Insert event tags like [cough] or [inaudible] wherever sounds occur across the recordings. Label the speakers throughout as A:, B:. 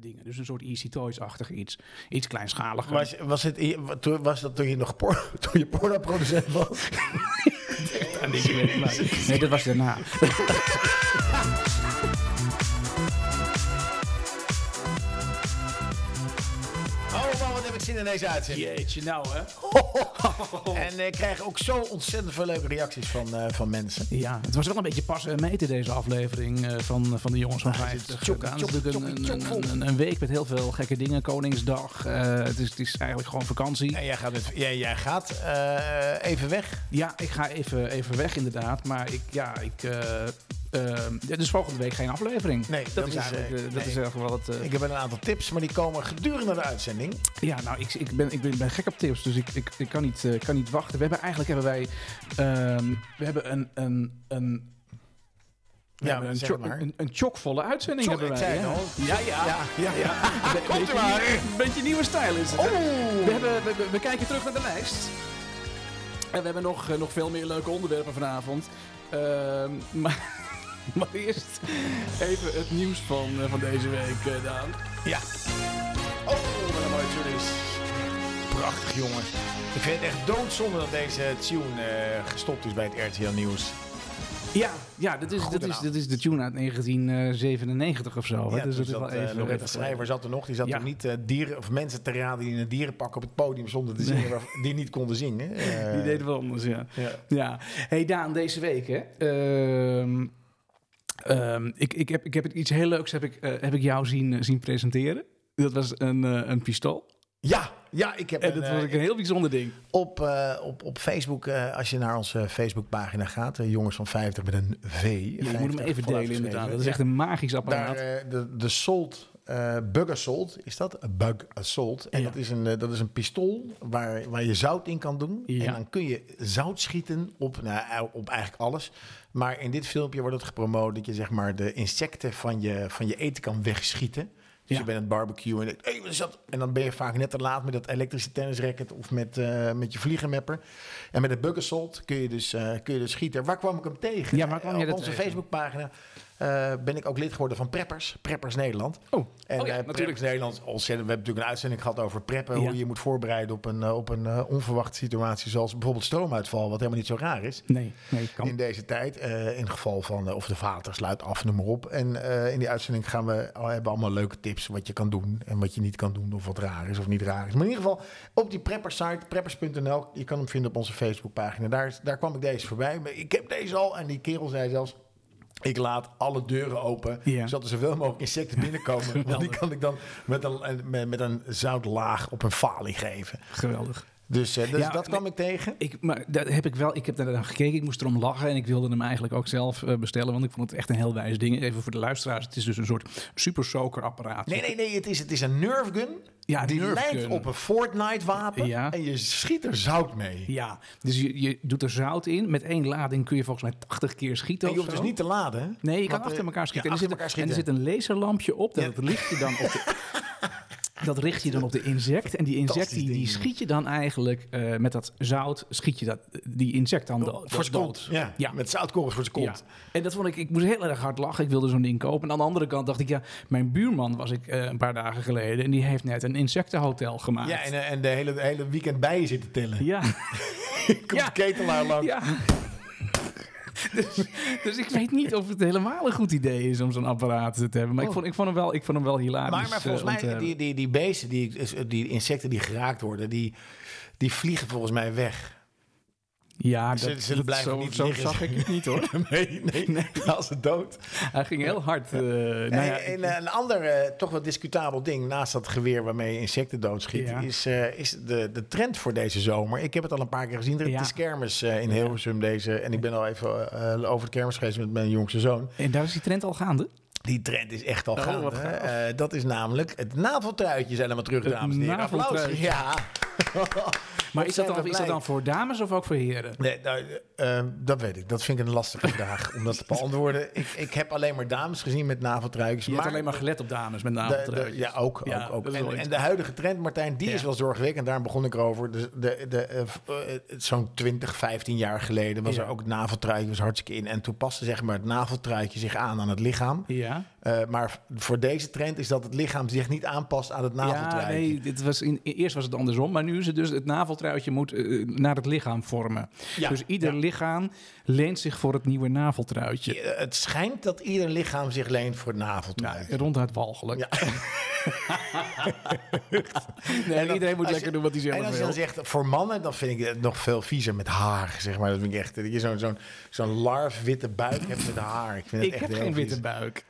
A: dingen. Dus een soort Easy Toys-achtig iets. Iets kleinschaliger.
B: Was, was, het, i- toen- was dat toen je nog por- [laughs] toen je pornoproducent was? [laughs]
A: Nee, dat was daarna.
B: Oh man, wat heb ik zin in deze uitzending.
A: Jeetje, nou hè.
B: En eh, ik krijg ook zo ontzettend veel leuke reacties van, eh, van mensen.
A: Ja, het was wel een beetje pas en meten deze aflevering eh, van, van de jongens van 50.
B: tjok-
A: Het is
B: tjok-
A: natuurlijk
B: tjok-
A: een,
B: tjok-
A: een,
B: vol.
A: een, een week met heel veel gekke dingen. Koningsdag. eh, het, is, het is eigenlijk gewoon vakantie.
B: En jij gaat, het, jij, jij gaat eh, even weg.
A: Ja, ik ga even, even weg inderdaad. Maar ik, ja, ik... eh, eh, ja, dus volgende week geen aflevering.
B: Nee,
A: dat,
B: dat
A: is
B: is,
A: eigenlijk,
B: eh,
A: eh, dat
B: nee.
A: is eigenlijk wel het... eh,
B: Ik heb een aantal tips, maar die komen gedurende de uitzending.
A: Ja, nou, ik, ik, ben, ik ben, ben gek op tips, dus ik, ik, ik kan, niet, eh, kan niet wachten. We hebben eigenlijk hebben wij ehm, we hebben een, een, een, we
B: Ja,
A: hebben een,
B: zeg
A: chock-
B: maar.
A: een, een chockvolle uitzending
B: Sorry,
A: hebben
B: ik
A: wij.
B: zei het
A: ja.
B: al.
A: ja, ja.
B: Ja, ja, ja.
A: Be-
B: Komt
A: beetje
B: er maar.
A: nieuw- beetje nieuwe stijl is het. hè? We, hebben, we, we- we kijken terug naar de lijst. En we hebben nog, eh, nog veel meer leuke onderwerpen vanavond. Ehm, [laughs] maar, maar eerst even het nieuws van, eh, van deze week, eh, Daan.
B: Ja. Oh, wat een mooie tune is. Prachtig, jongen. Ik vind het echt doodzonde dat deze tune eh, gestopt is bij het RTL Nieuws.
A: Ja, ja dat, is,
B: Goed
A: dat,
B: en
A: is,
B: af.
A: dat is de tune uit 1997 of zo. hè?
B: Ja,
A: dus
B: toen
A: dat is wel
B: zat, eh,
A: even
B: Loretta
A: redelijk.
B: Schrijver zat er nog. Die zat
A: Ja.
B: er niet eh, dieren, of mensen te raden die in een dierenpak op het podium stonden te zingen, waar- die niet konden zingen.
A: [laughs]
B: Eh,
A: Die deden wel anders, ja.
B: ja.
A: ja. hey Daan, deze week hè. Ehm, ehm, ik, ik, heb, ik heb iets heel leuks heb ik, eh, heb ik jou zien, eh, zien presenteren. Dat was een, eh, een pistool.
B: ja, ja, ik heb
A: En
B: een,
A: dat
B: eh,
A: was ook een heel bijzonder ding.
B: op, eh, op, op Facebook, eh, als je naar onze Facebookpagina gaat, eh, jongens van 50 met een V.
A: Ja, je
B: 50
A: moet hem even
B: vooruitgeschreven.
A: delen, inderdaad. Dat is
B: Ja.
A: echt een magisch
B: Daar,
A: apparaat.
B: eh, de, de Salt, eh Bug Assault, is dat? Een Bug Assault. En
A: Ja.
B: dat, is een, eh, dat is een pistool waar, waar je zout in kan doen.
A: Ja.
B: En dan kun je zout schieten op, nou, op eigenlijk alles. Maar in dit filmpje wordt het gepromoot dat je zeg maar, de insecten van je, van je eten kan wegschieten. Dus
A: Ja.
B: je bent aan het barbecue en, je denkt, "Hey, wat is dat?" en dan ben je vaak net te laat met dat elektrische tennisracket of met, eh, met je vliegenmepper. En met de Bug Assault kun je, dus, eh, kun je dus schieten. Waar kwam ik hem tegen?
A: [laughs] Ja, waar kwam
B: Eh,
A: je
B: Op
A: dat
B: onze
A: tegen?
B: Facebookpagina eh, ben ik ook lid geworden van Preppers, Preppers Nederland.
A: Oh,
B: En
A: oh ja,
B: eh,
A: natuurlijk.
B: Preppers Nederland, ontzettend. We hebben natuurlijk een uitzending gehad over preppen.
A: Ja.
B: Hoe je je moet voorbereiden op een, eh, op een eh, onverwachte situatie. Zoals bijvoorbeeld stroomuitval, wat helemaal niet zo raar is.
A: Nee, nee, kan.
B: In deze tijd, eh, in het geval van eh, of de vater sluit af, noem maar op. En eh, in die uitzending gaan we, oh, hebben we allemaal leuke tips wat je kan doen en wat je niet kan doen. Of wat raar is of niet raar is. Maar in ieder geval op die preppersite, preppers.nl. Je kan hem vinden op onze Facebookpagina. Daar, is- daar kwam ik deze voorbij. Maar Ik heb deze al en die kerel zei zelfs... Ik laat alle deuren open,
A: Ja.
B: zodat er zoveel mogelijk insecten binnenkomen. want die
A: Geweldig.
B: kan ik dan met een, met, met een zoutlaag op een falie geven.
A: Geweldig.
B: Dus eh, dus
A: Ja,
B: dat kwam ik tegen.
A: Ik, maar dat heb ik wel, ik heb daar naar gekeken, ik moest erom lachen en ik wilde hem eigenlijk ook zelf eh, bestellen, want ik vond het echt een heel wijs ding. Even voor de luisteraars, het is dus een soort super soaker apparaat.
B: Nee, nee, nee, het is, het is een Nerf gun.
A: Ja,
B: die
A: Nerf
B: lijkt
A: gun.
B: op een Fortnite wapen.
A: Ja.
B: En je schiet er zout mee.
A: Ja, dus je, je doet er zout in. Met één lading kun je volgens mij 80 keer schieten.
B: En je
A: of
B: hoeft dus
A: zo.
B: niet te laden. hè?
A: Nee, je kan
B: Want,
A: achter
B: eh,
A: elkaar schieten.
B: ja,
A: en, er
B: achter elkaar
A: zit, en er
B: schieten.
A: zit een laserlampje op. Dat richt je dan op de.
B: [laughs]
A: Dat richt je dan op de insect. En die insect die,
B: Fantastisch
A: die
B: ding.
A: schiet je dan eigenlijk eh, met dat zout. Schiet je dat, die insect dan do-
B: Oh, voor zijn
A: dood.
B: kont. Ja,
A: Ja.
B: met zoutkorrels voor zijn
A: Ja.
B: kont.
A: En dat vond ik, ik moest heel erg hard lachen. Ik wilde zo'n ding kopen. En aan de andere kant dacht ik, ja, mijn buurman was ik eh, een paar dagen geleden. En die heeft net een insectenhotel
B: Ja,
A: gemaakt.
B: en, eh, en de hele, de hele weekend bijen zitten tellen.
A: ja.
B: [laughs] Komt
A: Ja.
B: de ketelaar lang.
A: Ja. dus, dus ik weet niet of het helemaal een goed idee is om zo'n apparaat te hebben. Maar ik,
B: Oh.
A: vond, ik, vond hem wel, ik vond hem wel hilarisch.
B: Maar, maar
A: eh,
B: volgens
A: om te
B: mij,
A: hebben.
B: die, die, die beesten, die, eh, die insecten die geraakt worden, die, die vliegen volgens mij weg. [laughs]
A: Ja,
B: ze-
A: dat,
B: ze
A: dat-
B: blijven
A: zo,
B: niet
A: zo
B: liggen.
A: zag ik het niet
B: [laughs]
A: hoor.
B: Nee, nee, nee. Als ze dood.
A: Hij ging heel hard. eh, nou
B: En,
A: ja,
B: en,
A: ik-
B: eh, een ander eh, toch wel discutabel ding naast dat geweer waarmee je insecten doodschiet,
A: Ja.
B: is, eh, is de, de trend voor deze zomer. Ik heb het al een paar keer gezien. Er
A: Ja.
B: is kermis eh, in Hilversum deze. En ik ben al even eh, over de kermis geweest met mijn jongste zoon.
A: en daar is die trend al gaande.
B: Die trend is echt al
A: Oh,
B: gaande.
A: wat
B: hè.
A: gaaf.
B: Eh, dat is namelijk het naveltruitje zijn helemaal terug,
A: Het
B: dames en heren. Applaus.
A: naveltruitje.
B: Ja.
A: [laughs] Maar is dat, dan,
B: zijn we
A: is dat
B: blij.
A: dan voor dames of ook voor heren?
B: Nee, nou, eh, eh, dat weet ik. Dat vind ik een lastige vraag om dat
A: [laughs]
B: te beantwoorden. Ik, ik heb alleen maar dames gezien met naveltruikjes.
A: Je hebt alleen maar gelet op dames met
B: De-
A: name.
B: de- ja, ook.
A: Ja,
B: ook, ook.
A: dat is wel
B: En, en de
A: interessant.
B: huidige trend, Martijn, die
A: Ja.
B: is wel zorgwekkend. Daar begon ik over. Dus de, de, eh, v- eh, het- Zo'n 20, 15 jaar geleden was
A: Ja.
B: er ook het naveltruitje was hartstikke in. En toen paste zeg maar, het naveltruitje zich aan aan het lichaam.
A: Ja,
B: Eh, maar v- voor deze trend is dat het lichaam zich niet aanpast aan het
A: ja
B: naveltruitje.
A: nee, dit was in, eerst was het andersom, maar nu is het dus het naveltruitje moet eh, naar het lichaam vormen.
B: Ja,
A: Dus ieder
B: ja.
A: lichaam leent zich voor het nieuwe naveltruitje.
B: Eh, Het schijnt dat ieder lichaam zich leent voor het naveltruitje.
A: Nou, ronduit walgelijk.
B: Ja.
A: [laughs] nee,
B: En dan-
A: iedereen moet
B: als
A: lekker
B: je-
A: doen wat hij
B: En
A: zelf
B: als je
A: wil.
B: dan zegt, voor mannen, dan vind ik het nog veel viezer met haar, zeg maar. Dat vind ik echt, dat je zo'n zo'n zo'n larf witte buik hebt met haar. Ik, vind het
A: Ik
B: echt
A: heb
B: heel
A: geen
B: vies.
A: witte buik.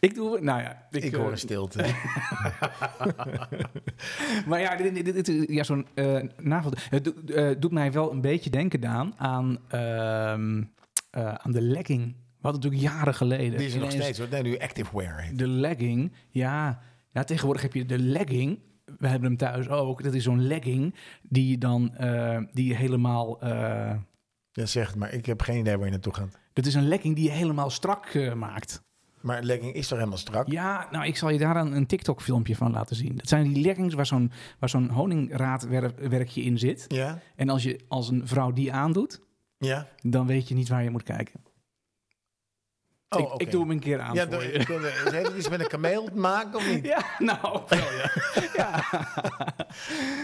A: Ik doe, nou ja, ik,
B: Ik
A: eh,
B: hoor een stilte.
A: Maar ja, dit, dit- dit- ja zo'n eh, navel. Het doet- eh, doet mij wel een beetje denken Daan, aan, ehm, eh, aan de legging. We hadden natuurlijk jaren geleden.
B: Die is er nog
A: ineens
B: steeds. hoor. Nee, nu active wear heet.
A: De legging, ja. ja. Tegenwoordig heb je de legging. We hebben hem thuis ook. Dat is zo'n legging die dan eh, die helemaal. eh,
B: Ja, zeg het maar. Ik heb geen idee waar je naartoe gaat.
A: dat is een legging die je helemaal strak eh, maakt.
B: Maar een legging is toch helemaal strak?
A: Ja, nou, ik zal je daar een, een TikTok-filmpje van laten zien. Dat zijn die leggings waar zo'n, waar zo'n honingraadwerkje in zit.
B: Ja?
A: En als je als een vrouw die aandoet,
B: Ja?
A: dan weet je niet waar je moet kijken.
B: Oh,
A: ik,
B: oké.
A: ik doe hem een keer aan
B: Ja,
A: voor
B: doe-
A: je.
B: ik wilde- heeft het iets met een kameel te maken of [laughs] niet?
A: Ja, nou,
B: Oh,
A: wel ja.
B: [laughs]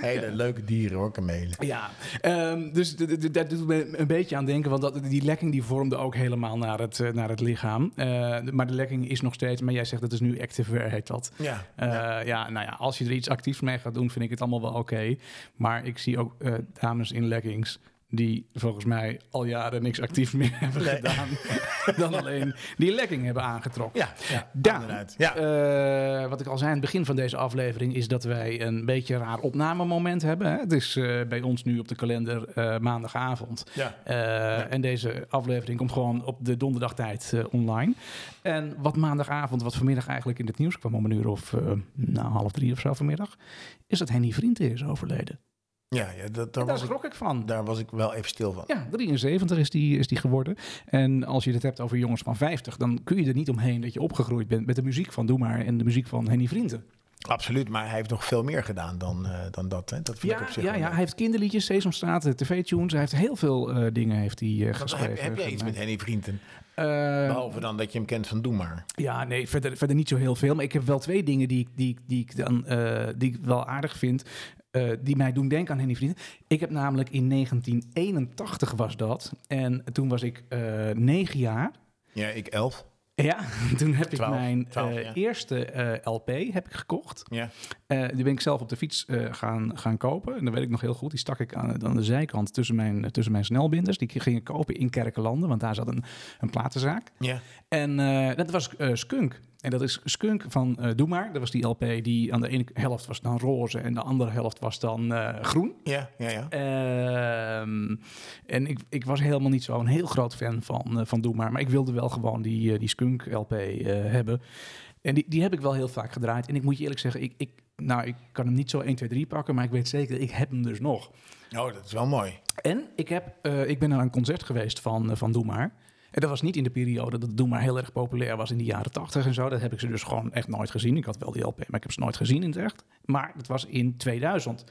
B: Hele leuke dieren hoor, kamelen.
A: Ja, ehm, dus d- d- d- daar doet me een beetje aan denken, want dat, die lekking die vormde ook helemaal naar het, eh, naar het lichaam. Eh, d- maar de lekking is nog steeds, maar jij zegt dat is nu activewear, heet dat.
B: Ja.
A: Eh, ja. nou ja, als je er iets actiefs mee gaat doen, vind ik het allemaal wel oké. Maar ik zie ook eh, dames in leggings die volgens mij al jaren niks actief meer [laughs] hebben
B: Nee.
A: gedaan
B: [laughs]
A: dan alleen die lekking hebben aangetrokken.
B: Ja, ja.
A: Daan,
B: inderdaad. Ja.
A: eh, wat ik al zei aan het begin van deze aflevering... is dat wij een beetje een raar opnamemoment hebben. Hè? Het is eh, bij ons nu op de kalender eh, maandagavond.
B: ja.
A: Eh, En deze aflevering komt gewoon op de donderdagtijd eh, online. En wat maandagavond, wat vanmiddag eigenlijk in het nieuws kwam... om een uur of eh, nou, half drie of zo vanmiddag... is dat Henny Vrienden is overleden.
B: Ja, ja, dat, daar,
A: En daar
B: was ik,
A: schrok ik van.
B: daar was ik wel even stil van.
A: Ja, 73 is die, is die geworden. En als je het hebt over jongens van 50, dan kun je er niet omheen dat je opgegroeid bent met de muziek van Doe maar en de muziek van Henny Vrienden.
B: Absoluut, maar hij heeft nog veel meer gedaan dan, eh, dan dat. Hè? Dat vind ik
A: Ja,
B: op zich
A: ja,
B: wel
A: ja,
B: leuk.
A: hij heeft kinderliedjes, Sesamstraat, eh, tv-tunes. Hij heeft heel veel eh, dingen heeft hij, eh,
B: Want
A: geschreven.
B: heb, heb jij iets met
A: gemaakt.
B: Henny Vrienden?
A: Eh,
B: Behalve dan dat je hem kent van Doe Maar.
A: Ja, nee, verder, verder niet zo heel veel. Maar ik heb wel twee dingen die, ik- die, ik- die, ik, dan, eh, die ik wel aardig vind. eh, die mij doen denken aan Henny Vrienden. Ik heb namelijk in 1981 was dat. En toen was ik eh, negen jaar.
B: Ja, ik elf.
A: Ja, [laughs] toen heb ik
B: Twaalf,
A: mijn
B: twaalf,
A: eh,
B: ja.
A: eerste eh, LP heb ik gekocht.
B: Ja.
A: Eh, die ben ik zelf op de fiets eh, gaan, gaan kopen. En dat weet ik nog heel goed. Die stak ik aan, aan de zijkant tussen mijn, tussen mijn snelbinders. Die ging ik kopen in Kerkenlanden, want daar zat een, een platenzaak.
B: ja.
A: En eh, dat was eh, Skunk. En dat is Skunk van eh Doe Maar. Dat was die LP die aan de ene helft was dan roze en de andere helft was dan eh, groen.
B: Ja, ja, ja.
A: Ehm, en ik, ik was helemaal niet zo'n heel groot fan van, eh, van Doe Maar. Maar ik wilde wel gewoon die, eh, die Skunk LP eh, hebben. En die, die heb ik wel heel vaak gedraaid. En ik moet je eerlijk zeggen, ik, ik, nou, ik kan hem niet zo 1, 2, 3 pakken. Maar ik weet zeker, ik heb hem dus nog.
B: Oh, dat is wel mooi.
A: En ik, heb, eh, ik ben naar een concert geweest van, eh, van Doe Maar. En dat was niet in de periode dat Doe Maar heel erg populair was in de jaren tachtig en zo. Dat heb ik ze dus gewoon echt nooit gezien. Ik had wel die LP, maar ik heb ze nooit gezien in het echt. Maar dat was in 2000.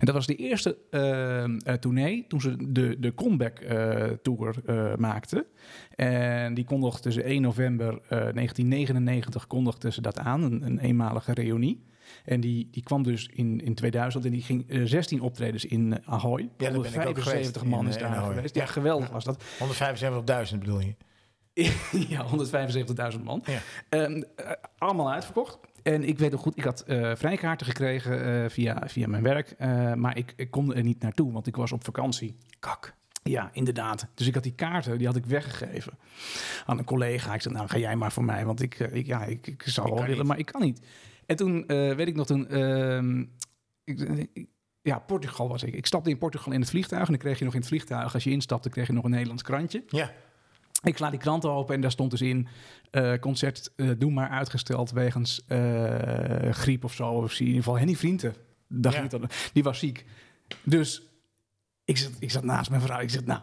A: En dat was de eerste eh, eh, tournee toen ze de, de comeback eh, tour eh, maakten. En die kondigde tussen 1 november eh, 1999 kondigde ze dat aan, een, een eenmalige reunie. En die, die kwam dus in, in 2000 en die ging eh, 16 optredens in eh, Ahoy.
B: Ja, daar ben ik ook
A: 175
B: geweest,
A: man
B: in,
A: is
B: eh,
A: daar
B: in Ahoy.
A: geweest. Ja,
B: Ja.
A: geweldig was dat.
B: 175.000 bedoel je?
A: [laughs] ja, 175.000 man.
B: Ja.
A: Ehm, eh, allemaal uitverkocht. En ik weet nog goed, ik had eh, vrijkaarten gekregen eh, via, via mijn werk. eh, maar ik, ik kon er niet naartoe, want ik was op vakantie. Kak. Ja, inderdaad. Dus ik had die kaarten, die had ik weggegeven aan een collega. Ik zei, nou ga jij maar voor mij, want ik, eh, ik, ja, ik, ik zou
B: Ik
A: wel
B: kan
A: willen,
B: niet.
A: maar ik kan niet. En toen, eh, weet ik nog, toen... ehm, ik, ik- ja, Portugal was ik. Ik stapte in Portugal in het vliegtuig. En dan kreeg je nog in het vliegtuig, als je instapte, kreeg je nog een Nederlands krantje.
B: Ja.
A: Ik sla die krant open en daar stond dus in... eh, concert eh Doe Maar uitgesteld wegens eh, griep of zo. Of zie je in ieder geval Henny Vrienden. Daar
B: Ja.
A: ging het dan. Die was ziek. Dus ik zat, ik zat naast mijn vrouw. Ik zeg, nou,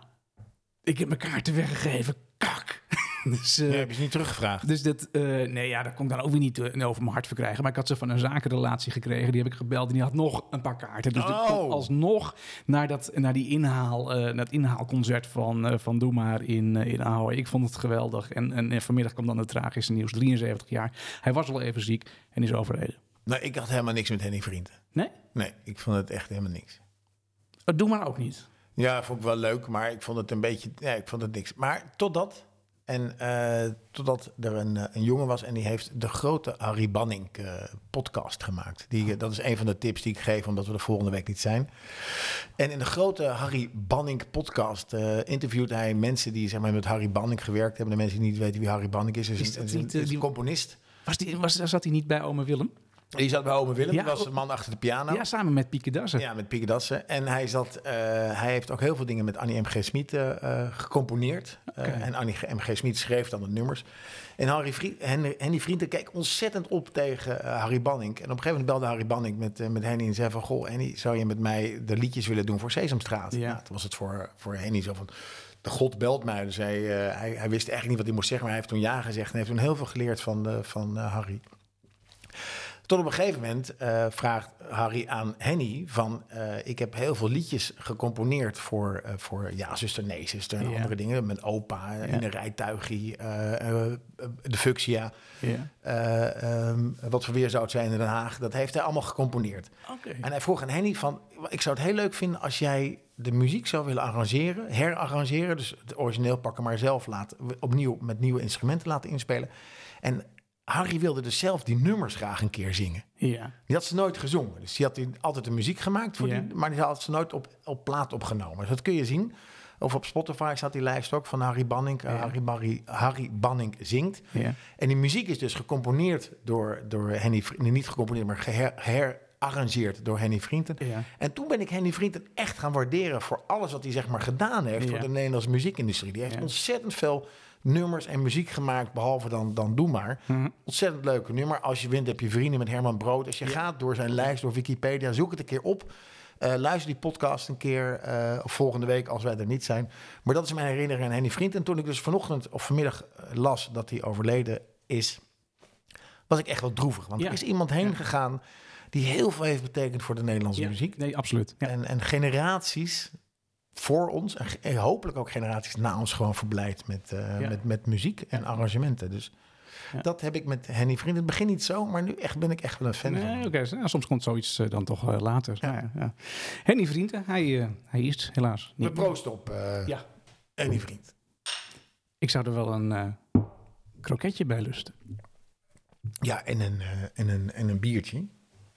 A: ik heb mijn kaarten weggegeven. Kak. [laughs] Dus, eh,
B: Nee, heb je ze niet teruggevraagd?
A: dus dat, eh, nee, ja, dat kon ik dan ook weer niet eh, over mijn hart verkrijgen. Maar ik had ze van een zakenrelatie gekregen. Die heb ik gebeld en die had nog een paar kaarten. Dus ik kon
B: Oh.
A: alsnog naar, dat, naar, die inhaal, eh, naar het inhaalconcert van, eh, van Doe Maar in, eh, in Ahoy. Ik vond het geweldig. En, en, en vanmiddag kwam dan het tragische nieuws. 73 jaar. Hij was al even ziek en is overleden.
B: Nou, ik had helemaal niks met Henny Vrienden.
A: Nee?
B: Nee, ik vond het echt helemaal niks.
A: Oh, Doe Maar ook niet.
B: Ja, vond ik wel leuk, maar ik vond het een beetje... Ja, ik vond het niks. Maar totdat... En eh, totdat er een, eh, een jongen was en die heeft de grote Harry Banning eh, podcast gemaakt. Die, eh, dat is een van de tips die ik geef, omdat we de volgende week niet zijn. En in de grote Harry Banning podcast eh interviewt hij mensen die zeg maar, met Harry Banning gewerkt hebben. De mensen die niet weten wie Harry Banning is. Is,
A: Is
B: een-
A: dat
B: is een,
A: niet, eh,
B: is een
A: die-
B: componist.
A: Was die, was, zat hij niet bij oma Willem?
B: Die zat bij Ome Willem,
A: Ja,
B: die was
A: oh.
B: de man achter de piano.
A: Ja, samen met Pieke Dassen.
B: Ja, met Pieter Dassen. En hij, zat, eh, hij heeft ook heel veel dingen met Annie M.G. Smit eh, eh, gecomponeerd. Eh, en Annie M.G. Smit schreef dan de nummers. En Harry Vrie- Hen- Henny Vrienden keek ontzettend op tegen eh, Harry Banning. En op een gegeven moment belde Harry Banning met, eh, met Henny en zei van... Goh, Henny, zou je met mij de liedjes willen doen voor Sesamstraat?
A: Ja.
B: Nou, toen was het voor, voor Henny zo van... De God belt mij. Dus hij, eh, hij, hij wist eigenlijk niet wat hij moest zeggen. Maar hij heeft toen ja gezegd. En heeft toen heel veel geleerd van, eh, van eh, Harry. Tot op een gegeven moment eh, vraagt Harry aan Henny van... eh, ik heb heel veel liedjes gecomponeerd voor, eh, voor Ja, zuster, nee, zuster en
A: Ja.
B: andere dingen. Mijn opa, eh,
A: Ja.
B: in een rijtuigje, eh, eh, de fuchsia.
A: Ja.
B: eh, ehm, wat voor weer zou het zijn in Den Haag. Dat heeft hij allemaal gecomponeerd.
A: Oké.
B: En hij vroeg aan Henny van... ik zou het heel leuk vinden als jij de muziek zou willen arrangeren... herarrangeren, dus het origineel pakken... maar zelf laten, opnieuw met nieuwe instrumenten laten inspelen. En Harry wilde dus zelf die nummers graag een keer zingen.
A: Ja.
B: Die had ze nooit gezongen. Dus die had die- altijd de muziek gemaakt, voor
A: Ja.
B: die, maar die had ze nooit op, op plaat opgenomen. Dus dat kun je zien. Of op Spotify staat die lijst ook van Harry Banning. eh,
A: Ja.
B: Harry, Barry- Harry Banning zingt.
A: Ja.
B: En die muziek is dus gecomponeerd door, door Henny Vri- nee, Niet gecomponeerd, maar geher, herarrangeerd door Henny Vrienden.
A: Ja.
B: En toen ben ik Henny Vrienden echt gaan waarderen voor alles wat hij zeg maar gedaan heeft
A: Ja.
B: voor de Nederlandse muziekindustrie. Die heeft
A: Ja.
B: ontzettend veel nummers en muziek gemaakt, behalve dan, dan Doe Maar.
A: Mhm.
B: Ontzettend leuke nummer. Als je wint heb je vrienden met Herman Brood. Als je gaat door zijn lijst, door Wikipedia, zoek het een keer op. Eh, luister die podcast een keer eh, of volgende week als wij er niet zijn. Maar dat is mijn herinnering aan Henny Vriend. En toen ik dus vanochtend of vanmiddag eh, las dat hij overleden is, was ik echt wel droevig. Want
A: Ja.
B: er is iemand heen
A: Ja.
B: gegaan die heel veel heeft betekend voor de Nederlandse
A: Ja.
B: muziek.
A: Nee, absoluut. Ja.
B: En, en generaties voor ons, en, ge- en hopelijk ook generaties na ons, gewoon verblijd met, eh,
A: Ja.
B: met, met muziek en arrangementen. Dus
A: Ja.
B: dat heb ik met Henny Vriend. In het begin niet zo, maar nu echt, ben ik echt wel een fan van.
A: Nee,
B: hem.
A: oké. nou, soms komt zoiets eh, dan toch eh, later.
B: Ja.
A: Ja. Ja, ja. Henny Vrienden, hij, eh, hij is het helaas
B: We
A: niet.
B: proosten op eh
A: Ja.
B: Henny Vriend.
A: Ik zou er wel een eh, kroketje bij lusten.
B: Ja, en een, eh, en een, en een biertje.
A: Mm.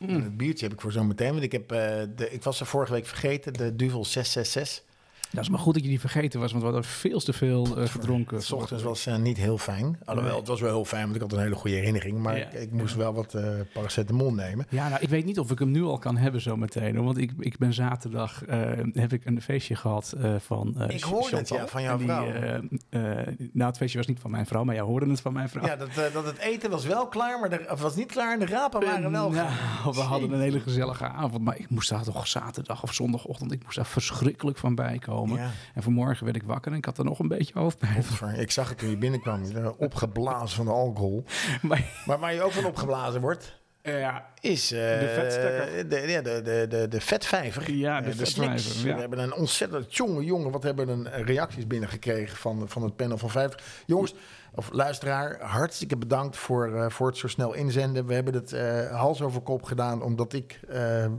B: En het biertje heb ik voor zo meteen, want ik, heb, eh, de, ik was er vorige week vergeten, de Duvel 666.
A: Dat is maar goed dat je die vergeten was, want we hadden veel te veel eh, gedronken.
B: S ochtends was eh, niet heel fijn. Alhoewel,
A: Nee.
B: het was wel heel fijn, want ik had een hele goede herinnering. Maar
A: Ja.
B: ik, ik moest wel wat eh, paracetamol nemen.
A: Ja, nou, ik weet niet of ik hem nu al kan hebben zo meteen. hoor, Want ik, ik ben zaterdag, eh, heb ik een feestje gehad eh, van eh,
B: Ik hoorde het,
A: Chantal.
B: ja, van jouw
A: En die,
B: vrouw.
A: eh, eh, nou, het feestje was niet van mijn vrouw, maar jij hoorde het van mijn vrouw.
B: [laughs] Ja, dat, eh, dat het eten was wel klaar, maar er, of was niet klaar en de rapen waren wel
A: Nou,
B: gaar.
A: we hadden een hele gezellige avond, maar ik moest daar toch zaterdag of zondagochtend, ik moest daar verschrikkelijk van bijkomen.
B: Ja.
A: En vanmorgen werd ik wakker en ik had er nog een beetje hoofdpijn.
B: Godver, Ik zag het toen je binnenkwam, je bent opgeblazen van de alcohol.
A: Maar
B: [laughs] Maar waar je ook van opgeblazen wordt,
A: ja,
B: is eh,
A: De vetstekker.
B: de, ja, de, de, de, de vetvijver.
A: Ja, de
B: Eh,
A: vetvijver,
B: snacks.
A: ja.
B: We hebben een ontzettend jonge jongen. Wat hebben een eh, reacties binnengekregen van, van het panel van 50. Jongens, of luisteraar, hartstikke bedankt voor, eh, voor het zo snel inzenden. We hebben het eh, hals over kop gedaan omdat ik eh, eh,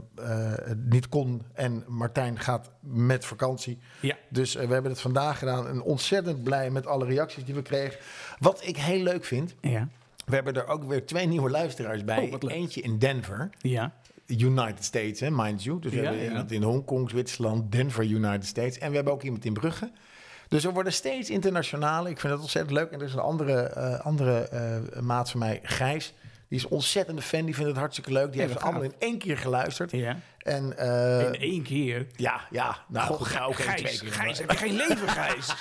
B: niet kon. En Martijn gaat met vakantie.
A: ja.
B: Dus eh, we hebben het vandaag gedaan. En ontzettend blij met alle reacties die we kregen. Wat ik heel leuk vind.
A: ja.
B: We hebben er ook weer twee nieuwe luisteraars bij.
A: Oh, wat leuk.
B: Eentje in Denver,
A: Ja,
B: United States, hè, mind you. Dus we
A: Ja,
B: hebben
A: ja.
B: iemand in Hongkong, Zwitserland, Denver, United States. En we hebben ook iemand in Brugge. Dus we worden steeds internationaler. Ik vind dat ontzettend leuk. En er is een andere, eh, andere eh, maat van mij, Gijs. Die is ontzettend fan. Die vindt het hartstikke leuk.
A: Ja,
B: Die heeft ze
A: wat
B: allemaal in één keer geluisterd.
A: ja.
B: Eh, En, eh,
A: in één keer.
B: ja, ja. Nou,
A: Goh,
B: goed, ga ook even twee
A: Gijs,
B: keer.
A: Gijs, heb je geen leven,
B: [laughs]
A: Gijs?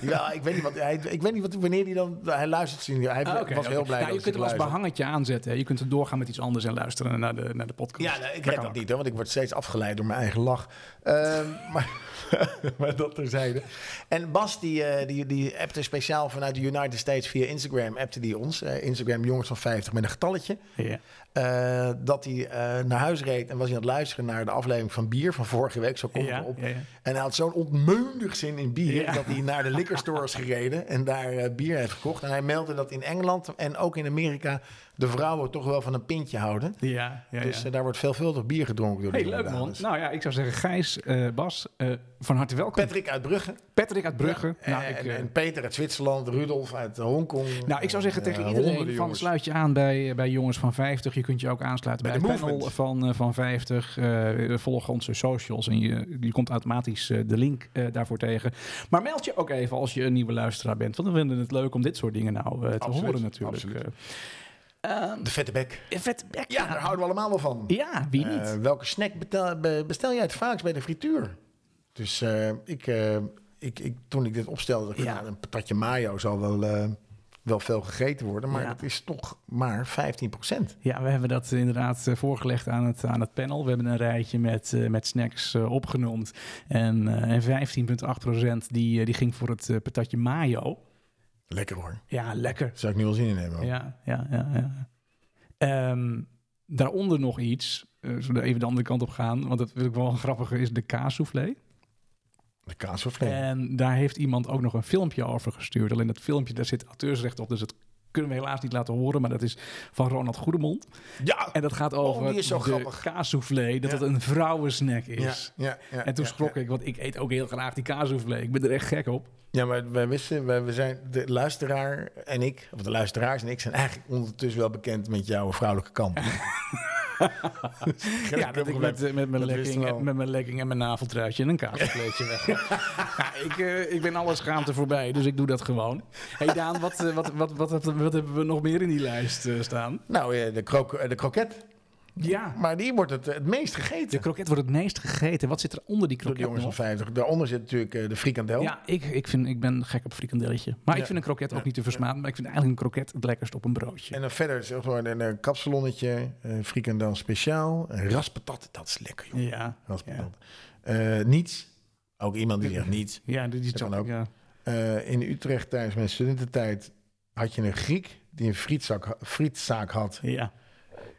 B: Ja, ik weet niet, wat, hij, ik weet niet wat, wanneer hij dan... Hij luistert. Hij
A: Ah, oké,
B: was heel
A: oké.
B: blij
A: Nou,
B: dat
A: je kunt
B: hij
A: hem als
B: luistert.
A: behangetje aanzetten. hè. Je kunt er doorgaan met iets anders en luisteren naar de, naar de podcast.
B: Ja, nou, ik red
A: kan
B: dat
A: ook.
B: niet, hè, want ik word steeds afgeleid door mijn eigen lach. Ehm, [laughs] maar, maar dat terzijde. En Bas, die, eh, die, die appte speciaal vanuit de United States via Instagram, appte die ons. eh, Instagram jongens van 50 met een getalletje.
A: Ja.
B: Eh, dat hij eh, naar huis reed en was hij aan het luisteren naar de aflevering van bier van vorige week. Zo komt
A: Ja,
B: het op.
A: ja, ja.
B: En hij had zo'n ontmeundig zin in bier
A: Ja.
B: dat hij naar de liquor store is gereden en daar eh, bier heeft gekocht. En hij meldde dat in Engeland en ook in Amerika de vrouwen toch wel van een pintje houden.
A: Ja, ja, ja.
B: Dus eh, daar wordt veelvuldig bier gedronken door Dus de
A: hey, leuk
B: jonge
A: man.
B: dames.
A: Nou ja, ik zou zeggen Gijs, eh, Bas, eh, van harte welkom.
B: Patrick uit Brugge.
A: Patrick uit Brugge. nou,
B: en,
A: ik, eh,
B: en Peter uit Zwitserland. Rudolf uit Hongkong.
A: nou, ik zou zeggen
B: Eh,
A: tegen
B: honderden
A: iedereen van
B: jongens.
A: sluit je aan bij, bij jongens van 50. Je kunt je ook aansluiten bij,
B: Bij
A: de
B: de
A: panel
B: movement.
A: van, eh, van 50. Eh, volg onze socials en je, je komt automatisch eh, de link eh, daarvoor tegen. Maar meld je ook even als je een nieuwe luisteraar bent. Want we vinden het leuk om dit soort dingen nou eh, te
B: Absoluut,
A: horen natuurlijk.
B: absoluut.
A: Eh,
B: De vette bek.
A: eh, vet bek.
B: Ja, daar houden we allemaal wel van.
A: Ja, wie niet?
B: Eh, welke snack betel- be- bestel jij het vaakst bij de frituur? Dus eh, ik, eh, ik, ik, toen ik dit opstelde, dacht ik,
A: Ja.
B: nou, een patatje mayo zal wel, eh, wel veel gegeten worden. Maar
A: Ja.
B: dat is toch maar 15 procent.
A: Ja, we hebben dat inderdaad eh, voorgelegd aan het, aan het panel. We hebben een rijtje met, eh, met snacks eh, opgenoemd. En, eh, en 15,8% die, eh, die ging voor het eh, patatje mayo.
B: Lekker hoor.
A: Ja, lekker.
B: Daar zou ik nu wel zin in hebben. ook.
A: Ja, ja, ja. ja. Ehm, daaronder nog iets. eh, zullen we even de andere kant op gaan? Want dat wil ik wel een grappige is de kaassoufflé.
B: De kaas of vlees.
A: En daar heeft iemand ook nog een filmpje over gestuurd. Alleen dat filmpje, daar zit auteursrecht op. Dus dat kunnen we helaas niet laten horen. Maar dat is van Ronald Goedemond.
B: Ja!
A: Eh, En dat gaat over
B: Oh, die is zo
A: de
B: grappig.
A: kaassoufflé, dat
B: Ja.
A: het een vrouwensnack
B: ja,
A: is.
B: ja, ja,
A: En toen
B: ja,
A: schrok ik, want ik eet ook heel graag die kaassoufflé. Ik ben er echt gek op.
B: Ja, maar wij wisten, wij, we zijn de luisteraar en ik, of de luisteraars en ik, zijn eigenlijk ondertussen wel bekend met jouw vrouwelijke
A: [laughs]
B: Dus kant.
A: Ja, dat ik met, eh, met, mijn
B: dat wisten
A: legging,
B: we al.
A: en- met mijn legging en mijn naveltruitje en een kaassouffléetje
B: [laughs]
A: weg. Ja, ik, eh, ik ben alle schaamte voorbij, dus ik doe dat gewoon. Hé hey Daan, wat, eh, wat, wat, wat, wat, wat hebben we nog meer in die lijst eh, staan?
B: Nou, eh, de, krok- eh, de kroket.
A: Ja,
B: Maar die wordt het, het meest gegeten.
A: de kroket wordt het meest gegeten. Wat zit er onder die
B: door de
A: kroket
B: jongens van
A: nog?
B: 50. Daaronder zit natuurlijk eh, de frikandel.
A: Ja, ik, ik, vind, ik ben gek op frikandelletje. Maar ik
B: Ja.
A: vind een kroket ook niet te versmaden. Maar ik vind eigenlijk een kroket het lekkerst op een broodje.
B: En dan verder zeg maar, een, een kapsalonnetje, een frikandel speciaal, een raspatat. Dat is lekker, joh.
A: Ja, ja.
B: Raspatat. Eh, niets. Ook iemand die zegt niets.
A: Ja, die, die
B: Dat kan ook.
A: Ja.
B: Eh, in Utrecht tijdens mijn studententijd had je een Griek die een frietzak, ha- frietzaak had.
A: ja.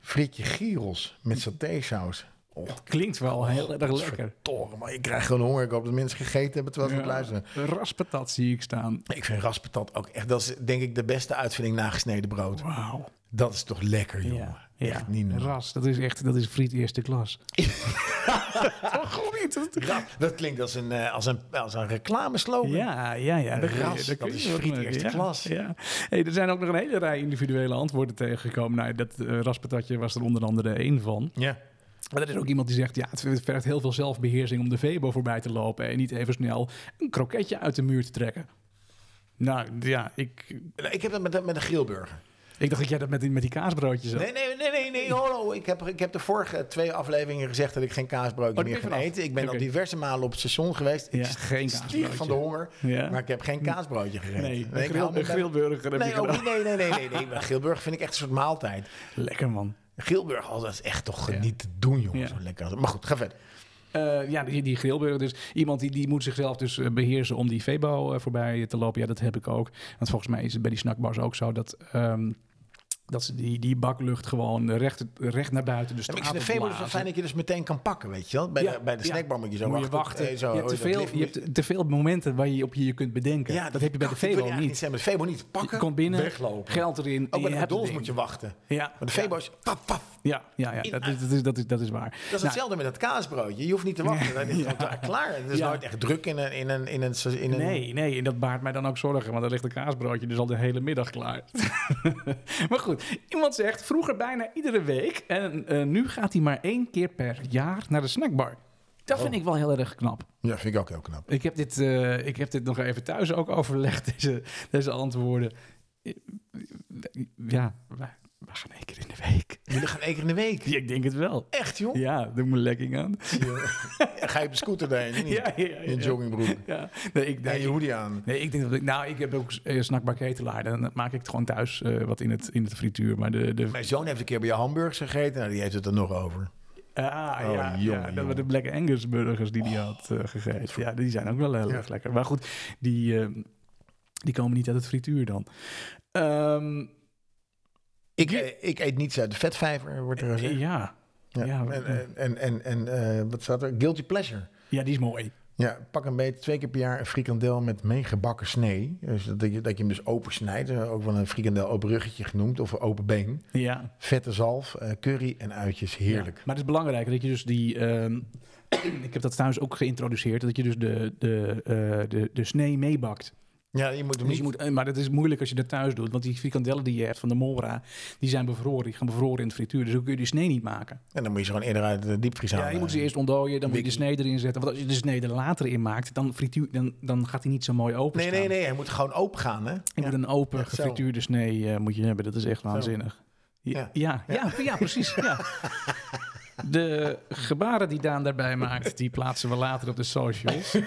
B: Frietje gyros met satésaus. Oh,
A: Klinkt wel heel erg lekker.
B: Toren, maar ik krijg gewoon honger. Ik hoop dat mensen gegeten hebben terwijl ze aan het
A: Ja,
B: luisteren.
A: raspatat zie ik staan.
B: Ik vind raspatat ook echt, dat is denk ik de beste uitvinding na gesneden brood.
A: Wauw.
B: Dat is toch lekker, jongen.
A: Ja,
B: Echt
A: ja.
B: niet normaal.
A: Ras, dat is echt, dat is friet eerste
B: [laughs]
A: klas. Toch goed niet? Dat-
B: Ra- Dat klinkt als een, eh, als een, als een reclameslogan.
A: Ja, ja, ja. daar kun je-
B: Ras,
A: daar kun
B: dat
A: je
B: is
A: wat
B: friet
A: mee.
B: eerste
A: Ja,
B: klas.
A: Ja. Hey, er zijn ook nog een hele rij individuele antwoorden tegengekomen. Nou, dat eh, raspatatje was er onder andere één van.
B: Ja.
A: Maar er is ook iemand die zegt, ja, het het vergt heel veel zelfbeheersing om de Vebo voorbij te lopen en niet even snel een kroketje uit de muur te trekken. Nou ja, ik,
B: Nou, Ik heb dat met, met een grillburger.
A: ik dacht dat jij dat met die, met die kaasbroodjes had.
B: Nee, nee, nee, nee, nee, hallo. Ik heb, ik heb de vorige twee afleveringen gezegd dat ik geen
A: Oh,
B: kaasbroodje
A: die
B: meer
A: ben je
B: ga
A: vanaf.
B: eten. Ik ben
A: Oké.
B: al diverse malen op het station geweest.
A: Ja,
B: Ik
A: geen
B: stier van de
A: kaasbroodje.
B: honger,
A: Ja.
B: maar ik heb geen kaasbroodje gegeten.
A: Nee,
B: ik
A: een, grill-
B: haal me
A: een
B: bij-
A: grillburger heb je
B: Nee, ook
A: gedaan.
B: niet. nee, nee, nee, nee, nee. Maar grillburger vind ik echt een soort maaltijd.
A: Lekker man.
B: Grillburger, oh, dat is echt toch eh, niet te doen, jongen.
A: Ja.
B: Zo lekker. als- Maar goed, ga verder.
A: Eh, ja, die, die grillburger dus. Iemand die, die moet zichzelf dus eh, beheersen om die Vebo eh, voorbij te lopen. Ja, dat heb ik ook. Want volgens mij is het bij die snackbars ook zo dat... ehm, dat ze die, die baklucht gewoon recht, recht naar buiten de
B: Ja,
A: straat
B: maar ik vind de
A: op
B: Febo zo
A: blazen.
B: fijn dat je dus meteen kan pakken, weet je wel. Bij,
A: Ja,
B: de, bij de
A: ja.
B: snackbar moet je zo
A: Moet je
B: wachten.
A: wachten.
B: eh, zo,
A: je hebt, te
B: dat
A: veel,
B: ligt
A: je hebt te veel momenten waar je op je je kunt bedenken. dat heb je bij de
B: dacht ik, wil
A: Vebo
B: je
A: niet.
B: eigenlijk zijn, maar de Febo niet
A: Je
B: pakken,
A: komt binnen,
B: weglopen.
A: geld erin. en
B: Ook bij
A: je
B: Oh, de
A: hebt het
B: McDonald's
A: ding.
B: moet je wachten.
A: Ja,
B: Maar de
A: ja,
B: Febo is... Paf, paf.
A: Ja, ja, ja,
B: In-
A: dat, is, dat, is, dat, is, dat is waar. Nou,
B: Dat is hetzelfde met dat kaasbroodje. Je hoeft niet te wachten. Dan is het gewoon klaar. Het is
A: Ja.
B: nooit echt druk in een... In een, in een, in een
A: Nee, nee, en dat baart mij dan ook zorgen, want dan ligt een kaasbroodje dus al de hele middag klaar. [laughs] maar goed, iemand zegt vroeger bijna iedere week en eh, nu gaat hij maar één keer per jaar naar de snackbar. Dat vind ik wel heel erg knap.
B: Ja, vind ik ook heel knap.
A: Ik heb dit, eh, ik heb dit nog even thuis ook overlegd, [laughs] deze, deze antwoorden. Ja, wij, wij gaan één keer in de week. [laughs]
B: Jullie gaan één keer in de week.
A: Ja, ik denk het wel.
B: Echt, joh. [laughs]
A: Ja, doe me legging aan.
B: Ga je op de scooter daarheen? niet?
A: Ja, ja, ja.
B: In een joggingbroek.
A: Ja. Nee, ik,
B: En
A: nee,
B: je hoodie aan.
A: nee, ik denk dat ik... Nou, ik heb ook eh, snackbar ketelaar. Dan maak ik het gewoon thuis eh, wat in het, in het frituur. Maar de... de
B: Mijn zoon heeft een keer bij je hamburgers gegeten. Nou, die heeft het er nog over.
A: ah,
B: Oh,
A: ja.
B: jongen,
A: ja dat
B: jongen.
A: waren de Black Angus burgers die die had eh, gegeten. Ja, die zijn ook wel heel
B: Ja.
A: erg lekker. Maar goed, die, eh, die komen niet uit het frituur dan. Ehm,
B: Ik, eh, ik eet niets uit de vetvijver, wordt er gezegd.
A: ja. Ja. Ja,
B: En, en, en, en, eh, wat staat er? Guilty pleasure.
A: ja, die is mooi.
B: Ja, pak een beetje twee keer per jaar een frikandel met meegebakken snee. Dus dat, je, dat je hem dus open snijdt. eh, Ook wel een frikandel open ruggetje genoemd of een open been.
A: Ja.
B: Vette zalf, eh, curry en uitjes. Heerlijk.
A: Ja, Maar het is belangrijk dat je dus die. ehm, [clears throat] ik heb dat thuis ook geïntroduceerd. Dat je dus de, de, eh, de, de snee meebakt.
B: Ja, je moet
A: Dus
B: hem niet...
A: je moet, eh, maar dat is moeilijk als je dat thuis doet. Want die frikandellen die je hebt van de Mora. die zijn bevroren. Die gaan bevroren in het frituur. Dus dan kun je die snee niet maken.
B: En dan moet je ze gewoon eerder uit de diepvries
A: Ja,
B: halen.
A: je moet ze eerst ontdooien. Dan moet je de snee erin zetten. Want als je de snee er later in maakt. dan, frituur, dan, dan gaat hij niet zo mooi open.
B: Nee, nee, nee. Hij moet gewoon open gaan, hè?
A: Je
B: Ja.
A: moet een open
B: Ja, zo.
A: gefrituurde snee eh, moet je hebben. Dat is echt waanzinnig. Ja,
B: Ja.
A: ja, ja, ja, precies. Ja.
B: [laughs]
A: De gebaren die Daan daarbij maakt, die plaatsen we later op de
B: [laughs]
A: socials.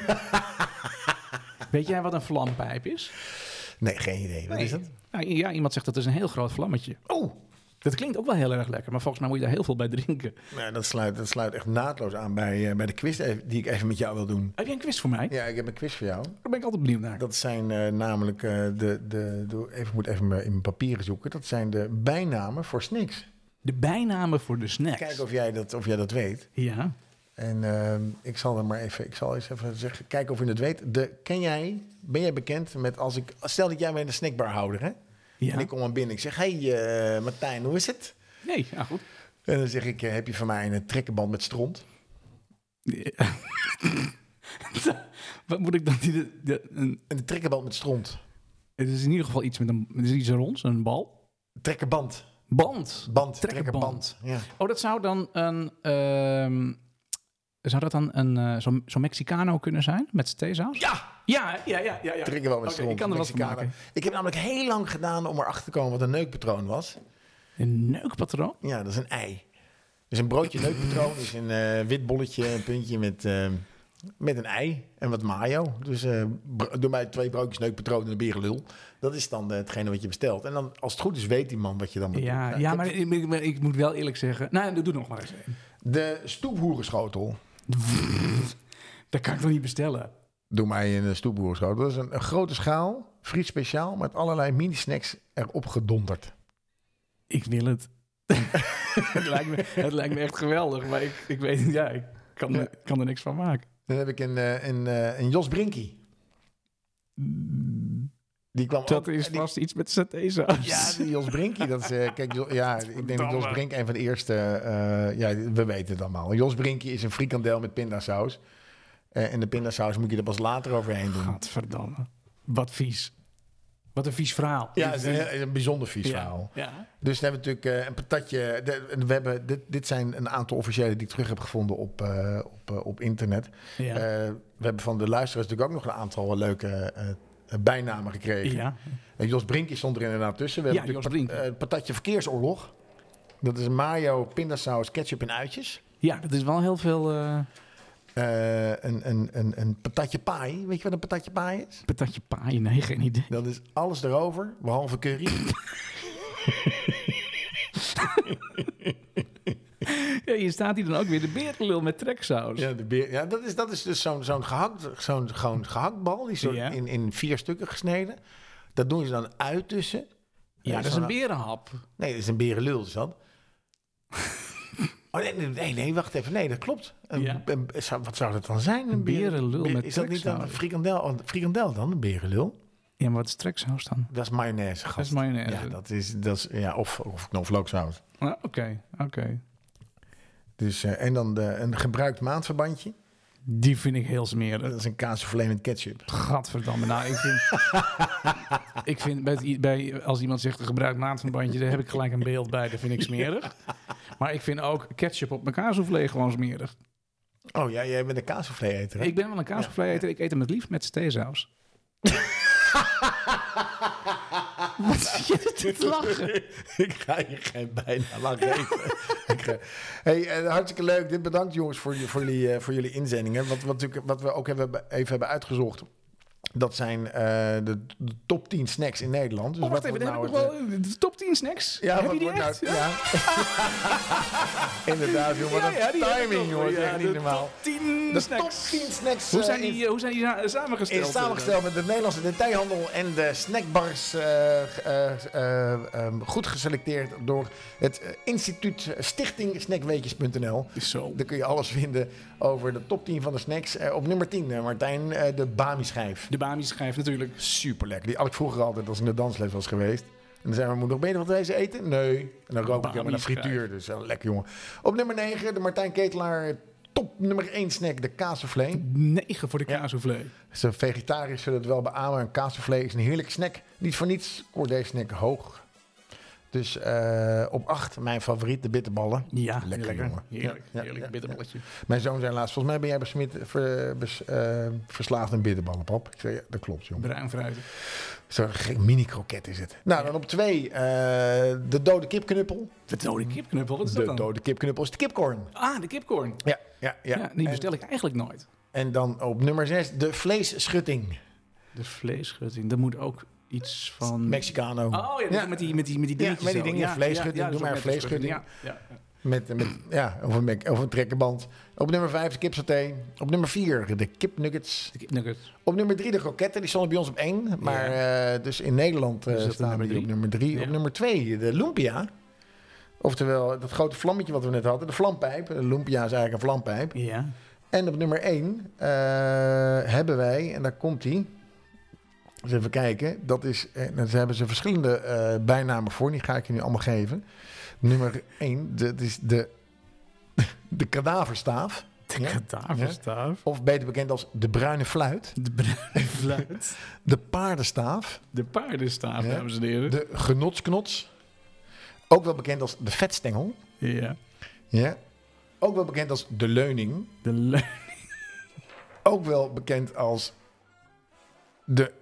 A: Weet jij wat een vlampijp is?
B: Nee, geen idee. Wat is dat?
A: Nou, ja, iemand zegt dat is een heel groot vlammetje.
B: Oh,
A: Dat klinkt ook wel heel erg lekker, maar volgens mij moet je daar heel veel bij drinken.
B: nou, dat, sluit, dat sluit echt naadloos aan bij, eh, bij de quiz even- die ik even met jou wil doen.
A: Heb jij een quiz voor mij?
B: Ja, ik heb een quiz voor jou.
A: Daar ben ik altijd benieuwd naar.
B: Dat zijn eh, namelijk eh, de, de, de. Even moet even mijn- in mijn papieren zoeken. Dat zijn de bijnamen voor snacks.
A: De bijnamen voor de snacks.
B: Kijk of jij dat, of jij dat weet.
A: Ja.
B: En ehm, ik zal er maar even. Ik zal eens even zeggen. Kijken of je het weet. De, ken jij. Ben jij bekend met als ik. Stel dat jij bent een snackbarhouder, hè? En
A: ja.
B: ik kom aan binnen. Ik zeg: Hey eh, Martijn, hoe is het?
A: Nee, nou goed.
B: En dan zeg ik: eh, Heb je van mij een trekkenband met stront?
A: Wat moet ik dan... Die, de- de- een-
B: Een trekkenband met stront.
A: Het is in ieder geval iets met een. Het is iets ronds, een bal.
B: Trekkenband.
A: Band.
B: Band.
A: Trekkenband.
B: Trekkenband. Ja.
A: Oh, dat zou dan een. ehm, zou dat dan een eh, zo'n zo'n Mexicano kunnen zijn met theesaus?
B: ja!
A: Ja, ja, ja, ja. ja.
B: Trekkenband met
A: Oké,
B: stront.
A: ik kan er wat van
B: Mexicanen.
A: maken.
B: Ik heb namelijk heel lang gedaan om erachter te komen wat een neukpatroon was.
A: Een neukpatroon?
B: Ja, dat is een ei. Dus een broodje neukpatroon is een eh, wit bolletje, een puntje met, eh, met een ei en wat mayo. Dus eh, bro- doe mij twee broodjes neukpatroon en een berenlul. Dat is dan eh, hetgene wat je bestelt. En dan, als het goed is, weet die man wat je dan bedoelt.
A: Ja,
B: Nou,
A: ja
B: ik
A: maar
B: heb
A: ik, ik- maar ik moet wel eerlijk zeggen. Nou, doe- doe nog maar eens. één.
B: De stoephoerenschotel.
A: Dat kan ik nog niet bestellen.
B: Doe mij een stoepboerenschotel. Dat is een, een grote schaal, friet speciaal, met allerlei mini-snacks erop gedonderd.
A: Ik wil het. [laughs] het, lijkt me, het lijkt me echt geweldig, maar ik, ik weet ja, ik kan, er- ik kan er niks van maken.
B: Dan heb ik een, eh, een, eh, een Jos Brinkie. Die kwam
A: Dat
B: ook-
A: is
B: die-
A: vast iets met satésaus.
B: Ja, die Jos Brinkie. Dat is, eh, kijk, Jo- ja, ik denk dat Jos
A: Verdamme.
B: Brink een van de eerste... eh, ja, we weten het allemaal. Jos Brinkie is een frikandel met pindasaus. Eh, en de pindasaus moet je er pas later overheen doen.
A: Gadverdamme. Wat vies. Wat een vies verhaal.
B: Ja, het is een, is een bijzonder vies verhaal.
A: eh, Ja.
B: Dus dan hebben we natuurlijk eh, een patatje. De- en we hebben, dit, dit zijn een aantal officiële die ik terug heb gevonden op, eh, op, eh, op internet.
A: Ja.
B: Eh, we hebben van de luisteraars natuurlijk ook nog een aantal eh, leuke eh, eh, bijnamen gekregen.
A: ja.
B: En Jos Brinkje stond er inderdaad tussen. We
A: Ja,
B: hebben
A: Jos
B: natuurlijk pat- eh, patatje verkeersoorlog. Dat is mayo, pindasaus, ketchup en uitjes.
A: ja, dat is wel heel veel eh,
B: Eh, een, een, een, een patatje paai. Weet je wat een patatje paai is?
A: patatje paai. Nee, geen idee.
B: Dat is alles erover,
A: [clears throat]
B: behalve curry.
A: Ja, hier staat hij dan ook weer de berenlul met treksaus.
B: ja, de beer, ja, dat, is, dat is dus zo'n zo'n gehakt, zo'n gewoon gehaktbal. Die is zo
A: Ja.
B: in, in vier stukken gesneden. Dat doen ze dan uit tussen.
A: Ja, dat is
B: zo'n-
A: een berenhap.
B: Nee, dat is een berenlul, is dat? [laughs] Oh nee, nee, nee, nee, wacht even. Nee, dat klopt. Een-
A: Ja.
B: een- zou- wat zou dat dan zijn? Een beren-
A: berenlul met
B: Is dat niet dan een
A: treksaus.
B: frikandel, Oh, een frikandel dan, een berenlul?
A: Ja, maar wat is treksaus dan?
B: Dat is mayonaise, gast.
A: Dat is mayonaise.
B: Ja, dat is, dat is, ja of, of knoflooksaus.
A: Ah, Oké, oké.
B: Dus, eh, en dan de, een gebruikt maandverbandje.
A: Die vind ik heel smerig.
B: Dat is een kaasvlees met ketchup.
A: Gadverdamme. Nou, ik vind,
B: [laughs]
A: ik vind bij, het i- bij, als iemand zegt gebruik maandverbandje, daar heb ik gelijk een beeld bij. Dat vind ik smerig. Maar ik vind ook ketchup op mijn kaassoufflé gewoon smerig.
B: Oh ja, jij bent een kaasvlees eter
A: Ik ben wel een
B: [laughs]
A: kaassoufflé eter. Ik eet hem het liefst met satésaus.
C: Wat zit je te lachen?
B: [laughs] ik ga je geen bijna lang geven. Ik ga- hey, eh, hartstikke leuk. Dit bedankt jongens voor, je- voor, jullie, eh, voor jullie inzendingen. Wat, wat, natuurlijk- wat we ook hebben, even hebben uitgezocht. Dat zijn eh, de, de top 10 snacks in Nederland. Dus
A: Oh, wacht
B: wat
A: even,
B: wordt
A: daar heb ik nog wel
B: het-
A: de top 10 snacks.
B: Ja,
A: heb
B: wat
A: je die
B: wordt nou-
A: echt? Ja.
B: ja. [laughs] Inderdaad, jongen. Wat
A: [laughs] Ja, ja,
B: een
A: die heb ik nog
B: timing,
A: wel.
B: jongens.
A: Ja,
B: echt niet
A: de
B: normaal.
A: top 10
B: De top
A: snacks.
B: 10 snacks.
A: Hoe
B: eh,
A: zijn
B: in-
A: die, eh, hoe zijn die za- samengesteld?
B: is samengesteld met de Nederlandse detailhandel en de snackbars. eh, eh, eh, ehm, goed geselecteerd door het eh, instituut Stichting Snackweetjes.nl.
A: Is zo.
B: Daar kun je alles vinden over de top 10 van de snacks. Eh, op nummer 10, eh, Martijn, eh, de Bami-schijf.
A: De Bami schijf natuurlijk.
B: Superlekker. Die had ik vroeger altijd als ik naar dansles was geweest. En dan zei mijn moeder, ben je nog wat wezen eten? Nee. En dan rook ik helemaal naar
A: Bami-schijf.
B: frituur. Dus eh, lekker, jongen. Op nummer 9, de Martijn Ketelaar top nummer 1 snack, de kaassoufflé.
A: 9 voor de
B: Ja.
A: kaassoufflé.
B: Ze vegetarisch zullen het wel beamen. Een kaassoufflé is een heerlijke snack. Niet voor niets scoort deze snack hoog. Dus eh, op 8, mijn favoriet, de bitterballen.
A: Ja,
B: Lekker, jongen.
A: Heerlijk,
B: Ja,
A: heerlijk
B: ja,
A: bitterballetje.
B: Mijn zoon zei laatst, volgens mij ben jij besmit, ver- bes- eh, verslaafd aan bitterballen, pap. Ik zei, ja, dat klopt, jongen.
A: Bruin fruit.
B: Zo'n gek mini-kroket is het. Nou, dan op 2, de dode kipknuppel.
A: Mm. De dode kipknuppel, wat is
B: De
A: dat dan?
B: dode kipknuppel is de kipcorn.
A: Ah, de kipcorn.
B: Ja, ja, ja.
A: Ja, die
B: en,
A: bestel ik eigenlijk nooit.
B: en dan op nummer 6, de vleesschutting.
A: De vleesschutting, dat moet ook iets van...
B: Mexicano.
A: Oh ja, dat met die, met die, met die
B: Ja,
A: dingetjes
B: met die
A: zo.
B: dingen, vleesschutting,
A: dat is
B: doe
A: ook
B: maar
A: met de schutting,
B: vleesschutting.
A: Ja, ja.
B: Met, met, ja, of een, mek- of een trekkerband. Op nummer 5 de kipsaté. Op nummer 4 de kipnuggets.
A: De kipnuggets.
B: Op nummer 3 de kroketten. Die stonden bij ons op 1. Maar eh, dus in Nederland eh,
A: Is dat
B: staan
A: nummer
B: die op
A: drie?
B: nummer 3.
A: Ja.
B: Op nummer 2 de lumpia. Oftewel dat grote vlammetje wat we net hadden. De vlampijp. De lumpia is eigenlijk een vlampijp.
A: Ja.
B: En op nummer 1 hebben wij, en daar komt hij. Eens even kijken. Dat is, eh, daar hebben ze verschillende eh, bijnamen voor. Die ga ik je nu allemaal geven. Nummer 1, dat is de, de kadaverstaaf. Ja.
A: Kadaverstaaf.
B: Of beter bekend als de bruine fluit.
A: De [laughs] bruine fluit.
B: De paardenstaaf.
A: De paardenstaaf,
B: Ja.
A: dames en heren.
B: De genotsknots. Ook wel bekend als de vetstengel.
A: Ja.
B: Ja. Ook wel bekend als de leuning.
A: De le-
B: Ook wel bekend als de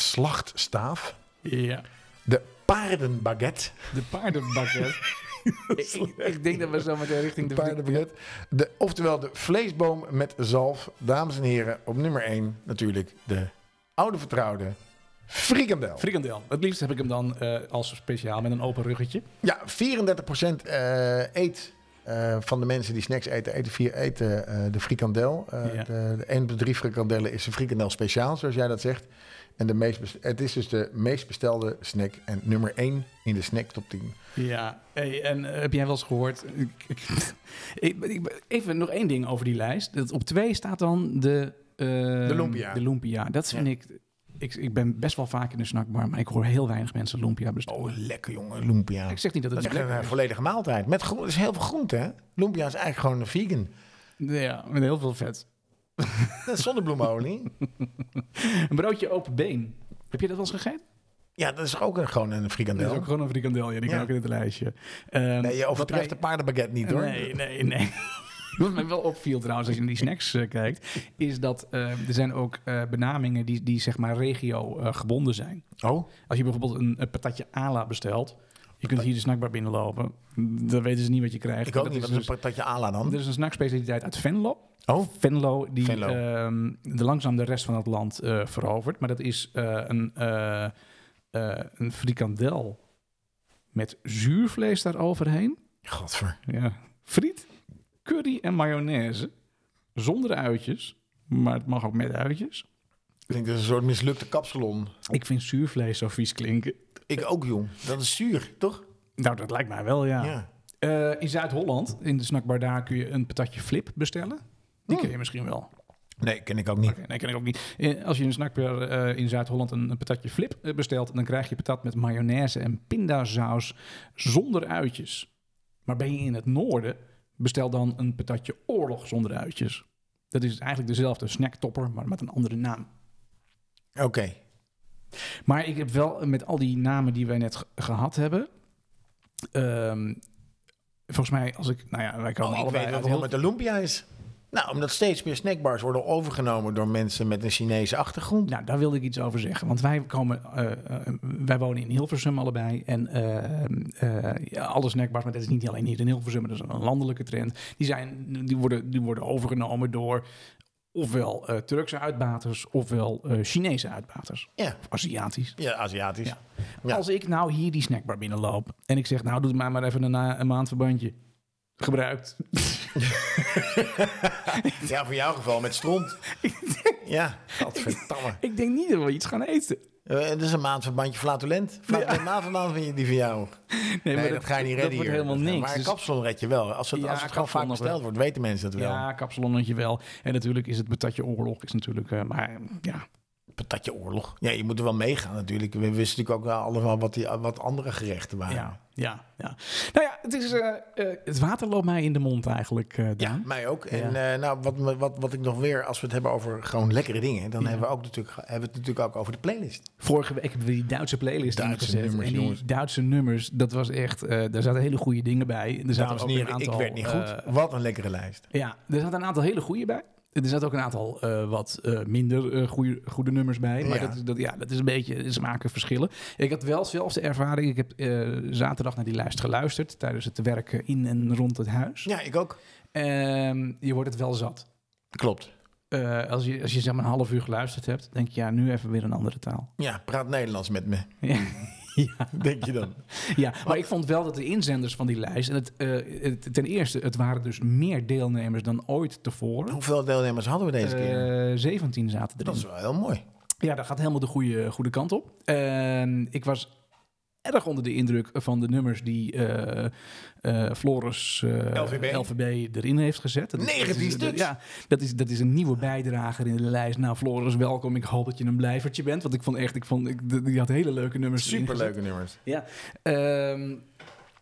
B: slachtstaaf.
A: ja.
B: De paardenbaguette.
A: De paardenbakket. [laughs] ik, ik denk dat we zo meteen richting de...
B: paardenbaguette. De, oftewel de vleesboom met zalf. Dames en heren, op nummer 1 natuurlijk de oude vertrouwde frikandel.
A: Frikandel. Het liefst heb ik hem dan eh, als speciaal met een open ruggetje.
B: Ja, 34% eh, eet eh, van de mensen die snacks eten, eten, vier, eten eh, de frikandel. Eh,
A: Ja.
B: de, de 1 op de 3 frikandellen is een frikandel speciaal, zoals jij dat zegt. En de meest bes- het is dus de meest bestelde snack en nummer 1 in de snack top 10.
A: Ja, hey, en eh, heb jij wel eens gehoord... ik- [laughs] ik- ik- ik- even nog één ding over die lijst. Dat op twee staat dan de... eh,
B: De lumpia.
A: De lumpia. Dat vind
B: Ja.
A: ik, ik... Ik ben best wel vaak in de snackbar, maar ik hoor heel weinig mensen lumpia bestellen.
B: Oh, lekker jongen, lumpia.
A: Ik zeg niet dat
B: Dat
A: het
B: is echt een
A: lekker
B: eh, volledige maaltijd. Met groen, dat is heel veel groente, hè? Lumpia is eigenlijk gewoon een vegan.
A: is. Ja, met heel veel vet.
B: Dat is
A: [laughs]
B: zonnebloemolie.
A: Een broodje open been. Heb je dat wel eens gegeten?
B: ja, dat is ook een, gewoon een
A: Dat is
B: frikandel.
A: ook gewoon een frikandel. Ja, die kan
B: Ja.
A: ook in het lijstje. Ehm,
B: Nee, je
A: wat
B: overtreft
A: mij-
B: de paardenbaguette niet, hoor.
A: Nee, nee, nee. [laughs] Wat mij wel opviel trouwens, als je naar die snacks eh, kijkt, is dat eh, er zijn ook eh, benamingen die, die zeg maar regio eh, gebonden zijn.
B: Oh,
A: Als je bijvoorbeeld een, een patatje ala bestelt, je kunt hier de snackbar binnenlopen, dan weten ze niet wat je krijgt.
B: ik ook
A: Dat
B: niet.
A: is
B: Wat is een
A: dus-
B: patatje ala dan?
A: er is een snackspecialiteit uit Venlo.
B: Oh,
A: Venlo, die
B: Venlo.
A: ehm, de langzaam de rest van het land eh, verovert. Maar dat is eh, een, eh, eh, een frikandel met zuurvlees daaroverheen.
B: godver.
A: Ja. Friet, curry en mayonaise. Zonder uitjes, maar het mag ook met uitjes.
B: Ik denk dat is een soort mislukte kapsalon.
A: Ik vind zuurvlees zo vies klinken.
B: Ik ook, jong. Dat is zuur, toch?
A: Nou, dat lijkt mij wel, ja.
B: Ja.
A: Eh, in Zuid-Holland, in de snackbar daar, kun je een patatje flip bestellen. Die ken je misschien wel.
B: Nee, ken ik ook niet.
A: Oké, nee, ken ik ook niet. Eh, Als je in een snackbar eh, in Zuid-Holland een, een patatje flip eh, bestelt... dan krijg je patat met mayonaise en pindasaus zonder uitjes. Maar ben je in het noorden, bestel dan een patatje oorlog zonder uitjes. Dat is eigenlijk dezelfde snacktopper, maar met een andere naam.
B: Oké.
A: Maar ik heb wel eh, met al die namen die wij net ge- gehad hebben... ehm, volgens mij, als ik... Nou ja, wij komen
B: Oh, ik
A: allebei
B: weet
A: uit
B: wat er
A: heel-
B: met de lumpia is. Nou, omdat steeds meer snackbars worden overgenomen door mensen met een Chinese achtergrond.
A: Nou, daar wilde ik iets over zeggen. Want wij, komen, eh, eh, wij wonen in Hilversum allebei. En eh, eh, ja, alle snackbars, maar dat is niet alleen hier in Hilversum, maar dat is een landelijke trend. Die, zijn, die, worden, die worden overgenomen door ofwel eh, Turkse uitbaters, ofwel eh, Chinese uitbaters.
B: Ja,
A: Of Aziatisch.
B: ja Aziatisch.
A: Ja.
B: Ja.
A: Als ik nou hier die snackbar binnenloop en ik zeg, nou doe het mij maar even een, na- een maand verbandje. Gebruikt. [laughs]
B: Ja, voor jouw geval
A: [laughs]
B: met stront. ja, gadverdamme.
A: Ik denk niet dat we iets gaan eten.
B: [laughs] Eh dat is een maandverbandje flatulent. Flatulent maandverband vind je die van jou.
A: maar
B: Nee, dat, ga je niet
A: Dat
B: redden
A: wordt
B: hier.
A: helemaal
B: Dat-
A: niks.
B: Maar een
A: Dus-
B: kapsalon red je wel. Als het,
A: Ja,
B: als het gewoon vaak
A: kapsalon nog wel.
B: besteld wordt, weten mensen dat wel.
A: Ja, kapsalonnetje wel. En natuurlijk is het patatje oorlog. Is natuurlijk, eh, maar ja.
B: Patatje oorlog. Ja, je moet er wel meegaan natuurlijk. We wisten natuurlijk ook wel allemaal wat, die, wat andere gerechten waren.
A: Ah, Ja, ja, ja. Nou ja, het, is, eh, eh, het water loopt mij in de mond eigenlijk, eh Daan.
B: Mij ook. En eh, nou, wat, me- wat, wat ik nog weer, als we het hebben over gewoon lekkere dingen, dan hebben, we ook natuurlijk, hebben we het natuurlijk ook over de playlist.
A: Vorige week hebben we die Duitse playlist
B: Duitse
A: ingezet.
B: nummers,
A: en die
B: jongens.
A: Duitse nummers, dat was echt... eh, daar zaten hele goede dingen bij. Er zaten
B: Dames en
A: ook een
B: heren, ik
A: aantal,
B: werd niet
A: eh,
B: goed. Wat een lekkere lijst.
A: ja, er zaten een aantal hele goede bij. Er zaten ook een aantal eh, wat eh, minder eh, goede, goede nummers bij. Maar
B: Ja.
A: Dat, is- dat, ja, dat is een beetje smaken verschillen. Ik had wel zelfs de ervaring. Ik heb eh, zaterdag naar die lijst geluisterd. Tijdens het werken in en rond het huis.
B: Ja, ik ook.
A: Ehm, je wordt het wel zat.
B: Klopt.
A: Eh, als, je, als je zeg maar een half uur geluisterd hebt, denk je ja, nu even weer een andere taal. [laughs]
B: Ja, praat Nederlands met me,
A: ja,
B: denk je dan.
A: ja, maar ik vond wel dat de inzenders van die lijst. En het, eh, het- ten eerste, het waren dus meer deelnemers dan ooit tevoren.
B: [laughs] Hoeveel deelnemers hadden we deze keer?
A: Eh 17 zaten erin.
B: Dat is wel heel mooi.
A: Ja, dat gaat helemaal de goede, goede kant op. En ik was erg onder de indruk van de nummers die eh, eh, Floris eh,
B: LVB.
A: erin heeft gezet. Dat is-
B: 19
A: dat is-
B: stuks.
A: Ja, dat is, dat is een nieuwe bijdrager in de lijst. Nou, Floris, welkom. Ik hoop dat je een blijvertje bent. Want ik vond echt, ik vond, ik, die had hele leuke nummers. erin gezet.
B: Superleuke nummers.
A: Ja. Ehm,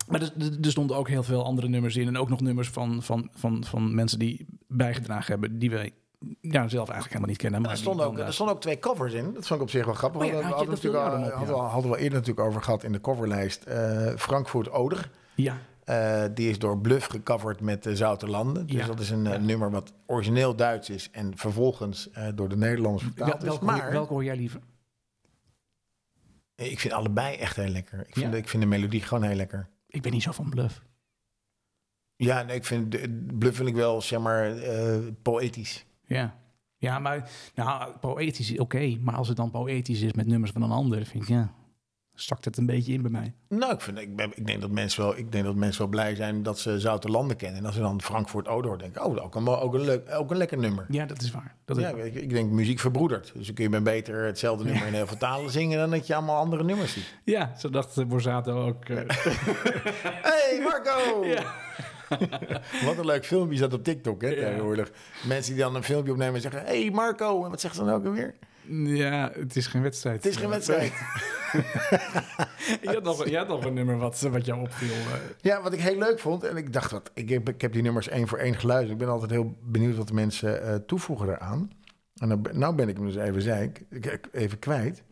A: maar er, er- er stonden ook heel veel andere nummers in. En ook nog nummers van, van, van, van mensen die bijgedragen hebben, die wij ja, zelf eigenlijk helemaal niet kennen. Maar
B: Er
A: die
B: stonden,
A: dan
B: ook,
A: daar-
B: er stonden ook twee covers in. Dat vond ik op zich wel grappig.
A: Oh ja,
B: want we
A: had je-
B: hadden, we
A: dat
B: natuurlijk
A: viel
B: al-
A: jou dan op,
B: hadden, we- hadden we eerder natuurlijk over gehad in de coverlijst. eh Frankfurt-Oder.
A: Ja.
B: Eh, die is door Bluff gecoverd met eh, Zoute Landen. Dus
A: Ja.
B: dat is een eh, nummer wat origineel Duits is en vervolgens eh, door de Nederlanders vertaald
A: Wel,
B: is.
A: welke, hoor,
B: maar
A: welke hoor jij liever?
B: ik vind allebei echt heel lekker. Ik vind,
A: Ja.
B: ik vind de melodie gewoon heel lekker.
A: Ik ben niet zo van bluff.
B: Ja, nee, ik vind de- Bluff vind ik wel, zeg maar, eh, poëtisch.
A: Ja. Ja, maar nou, poëtisch, oké. Maar als het dan poëtisch is met nummers van een ander, vind ik, ja, stakt het een beetje in bij mij.
B: Nou, ik, vind, ik, ben- ik, denk dat mensen wel, ik denk dat mensen wel blij zijn dat ze Zoute Landen kennen. En als ze dan Frankfurt Odor denken, oh, ook een, mo- ook een, leuk, ook een lekker nummer.
A: Ja, dat is waar. Dat is
B: Ja,
A: waar.
B: ik, ik denk muziek verbroedert. Dus dan kun je maar beter hetzelfde nummer in heel veel talen zingen dan dat je allemaal andere nummers ziet.
A: ja zo dacht eh, Borsato ook. eh,
B: [laughs] Hey Marco!
A: [laughs] Ja.
B: wat een leuk filmpje is dat op TikTok hè,
A: Ja.
B: tegenwoordig. Mensen die dan een filmpje opnemen en zeggen... Hey Marco! En wat zeggen ze dan ook alweer?
A: ja, het is geen wedstrijd.
B: Het is geen wedstrijd.
A: Je had nog, je had nog een nummer wat, eh, wat jou opviel. eh.
B: Ja, wat ik heel leuk vond. En ik dacht, wat, ik, heb, ik heb die nummers één voor één geluisterd. Ik ben altijd heel benieuwd wat de mensen eh, toevoegen eraan. En nou, ben- nou ben ik hem dus even, zei ik, ik- ik- even kwijt.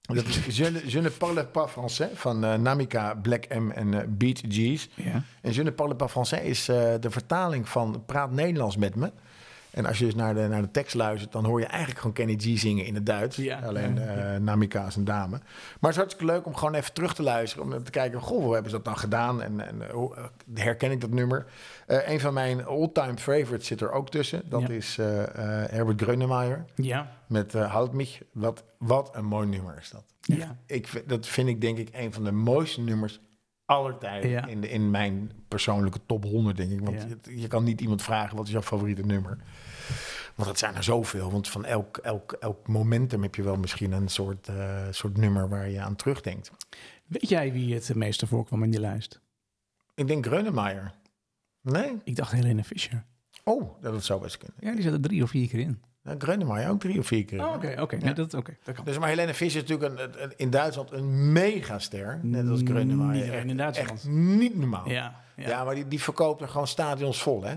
B: Dat is Je ne- Je ne parle pas français van eh, Namika, Black M en eh, Beat G's.
A: Ja.
B: En Je ne parle pas français is eh, de vertaling van Praat Nederlands met me. En als je dus naar de, naar de tekst luistert, dan hoor je eigenlijk gewoon Kenny G zingen in het Duits.
A: Ja,
B: Alleen
A: ja,
B: eh, Namika is een dame. Maar het is hartstikke leuk om gewoon even terug te luisteren. Om te kijken, goh, hoe hebben ze dat dan gedaan? En, en eh, hoe, eh, herken ik dat nummer? Eh, een van mijn all-time favorites zit er ook tussen. Dat
A: Ja.
B: is eh, eh, Herbert Grönemeyer
A: Ja.
B: met eh Houd mich. Wat, wat een mooi nummer is dat.
A: Ja.
B: Ik, vind- dat vind ik denk ik een van de mooiste nummers aller tijden.
A: Ja.
B: In, de- in mijn persoonlijke top 100, denk ik. Want
A: Ja.
B: het- je kan niet iemand vragen, wat is jouw favoriete nummer? Want dat zijn er zoveel. Want van elk, elk, elk momentum heb je wel misschien een soort, eh, soort nummer waar je aan terugdenkt.
A: Weet jij wie het meeste voorkwam in die lijst?
B: Ik denk Grönemeyer. Nee?
A: Ik dacht Helene Fischer.
B: Oh, dat zou best kunnen.
A: Ja, die zat er drie of vier keer in.
B: Nou, Grönemeyer ook drie of vier keer.
A: Oh, Oké, oké. Nee, dat, oké, dat kan.
B: Dus maar Helene Fischer is natuurlijk een, een- in Duitsland een megaster. Net als Grönemeyer.
A: Niet alleen in
B: Echt-
A: Duitsland.
B: Echt niet normaal.
A: Ja,
B: Ja,
A: ja,
B: maar die, die verkoopt er gewoon stadions vol, hè?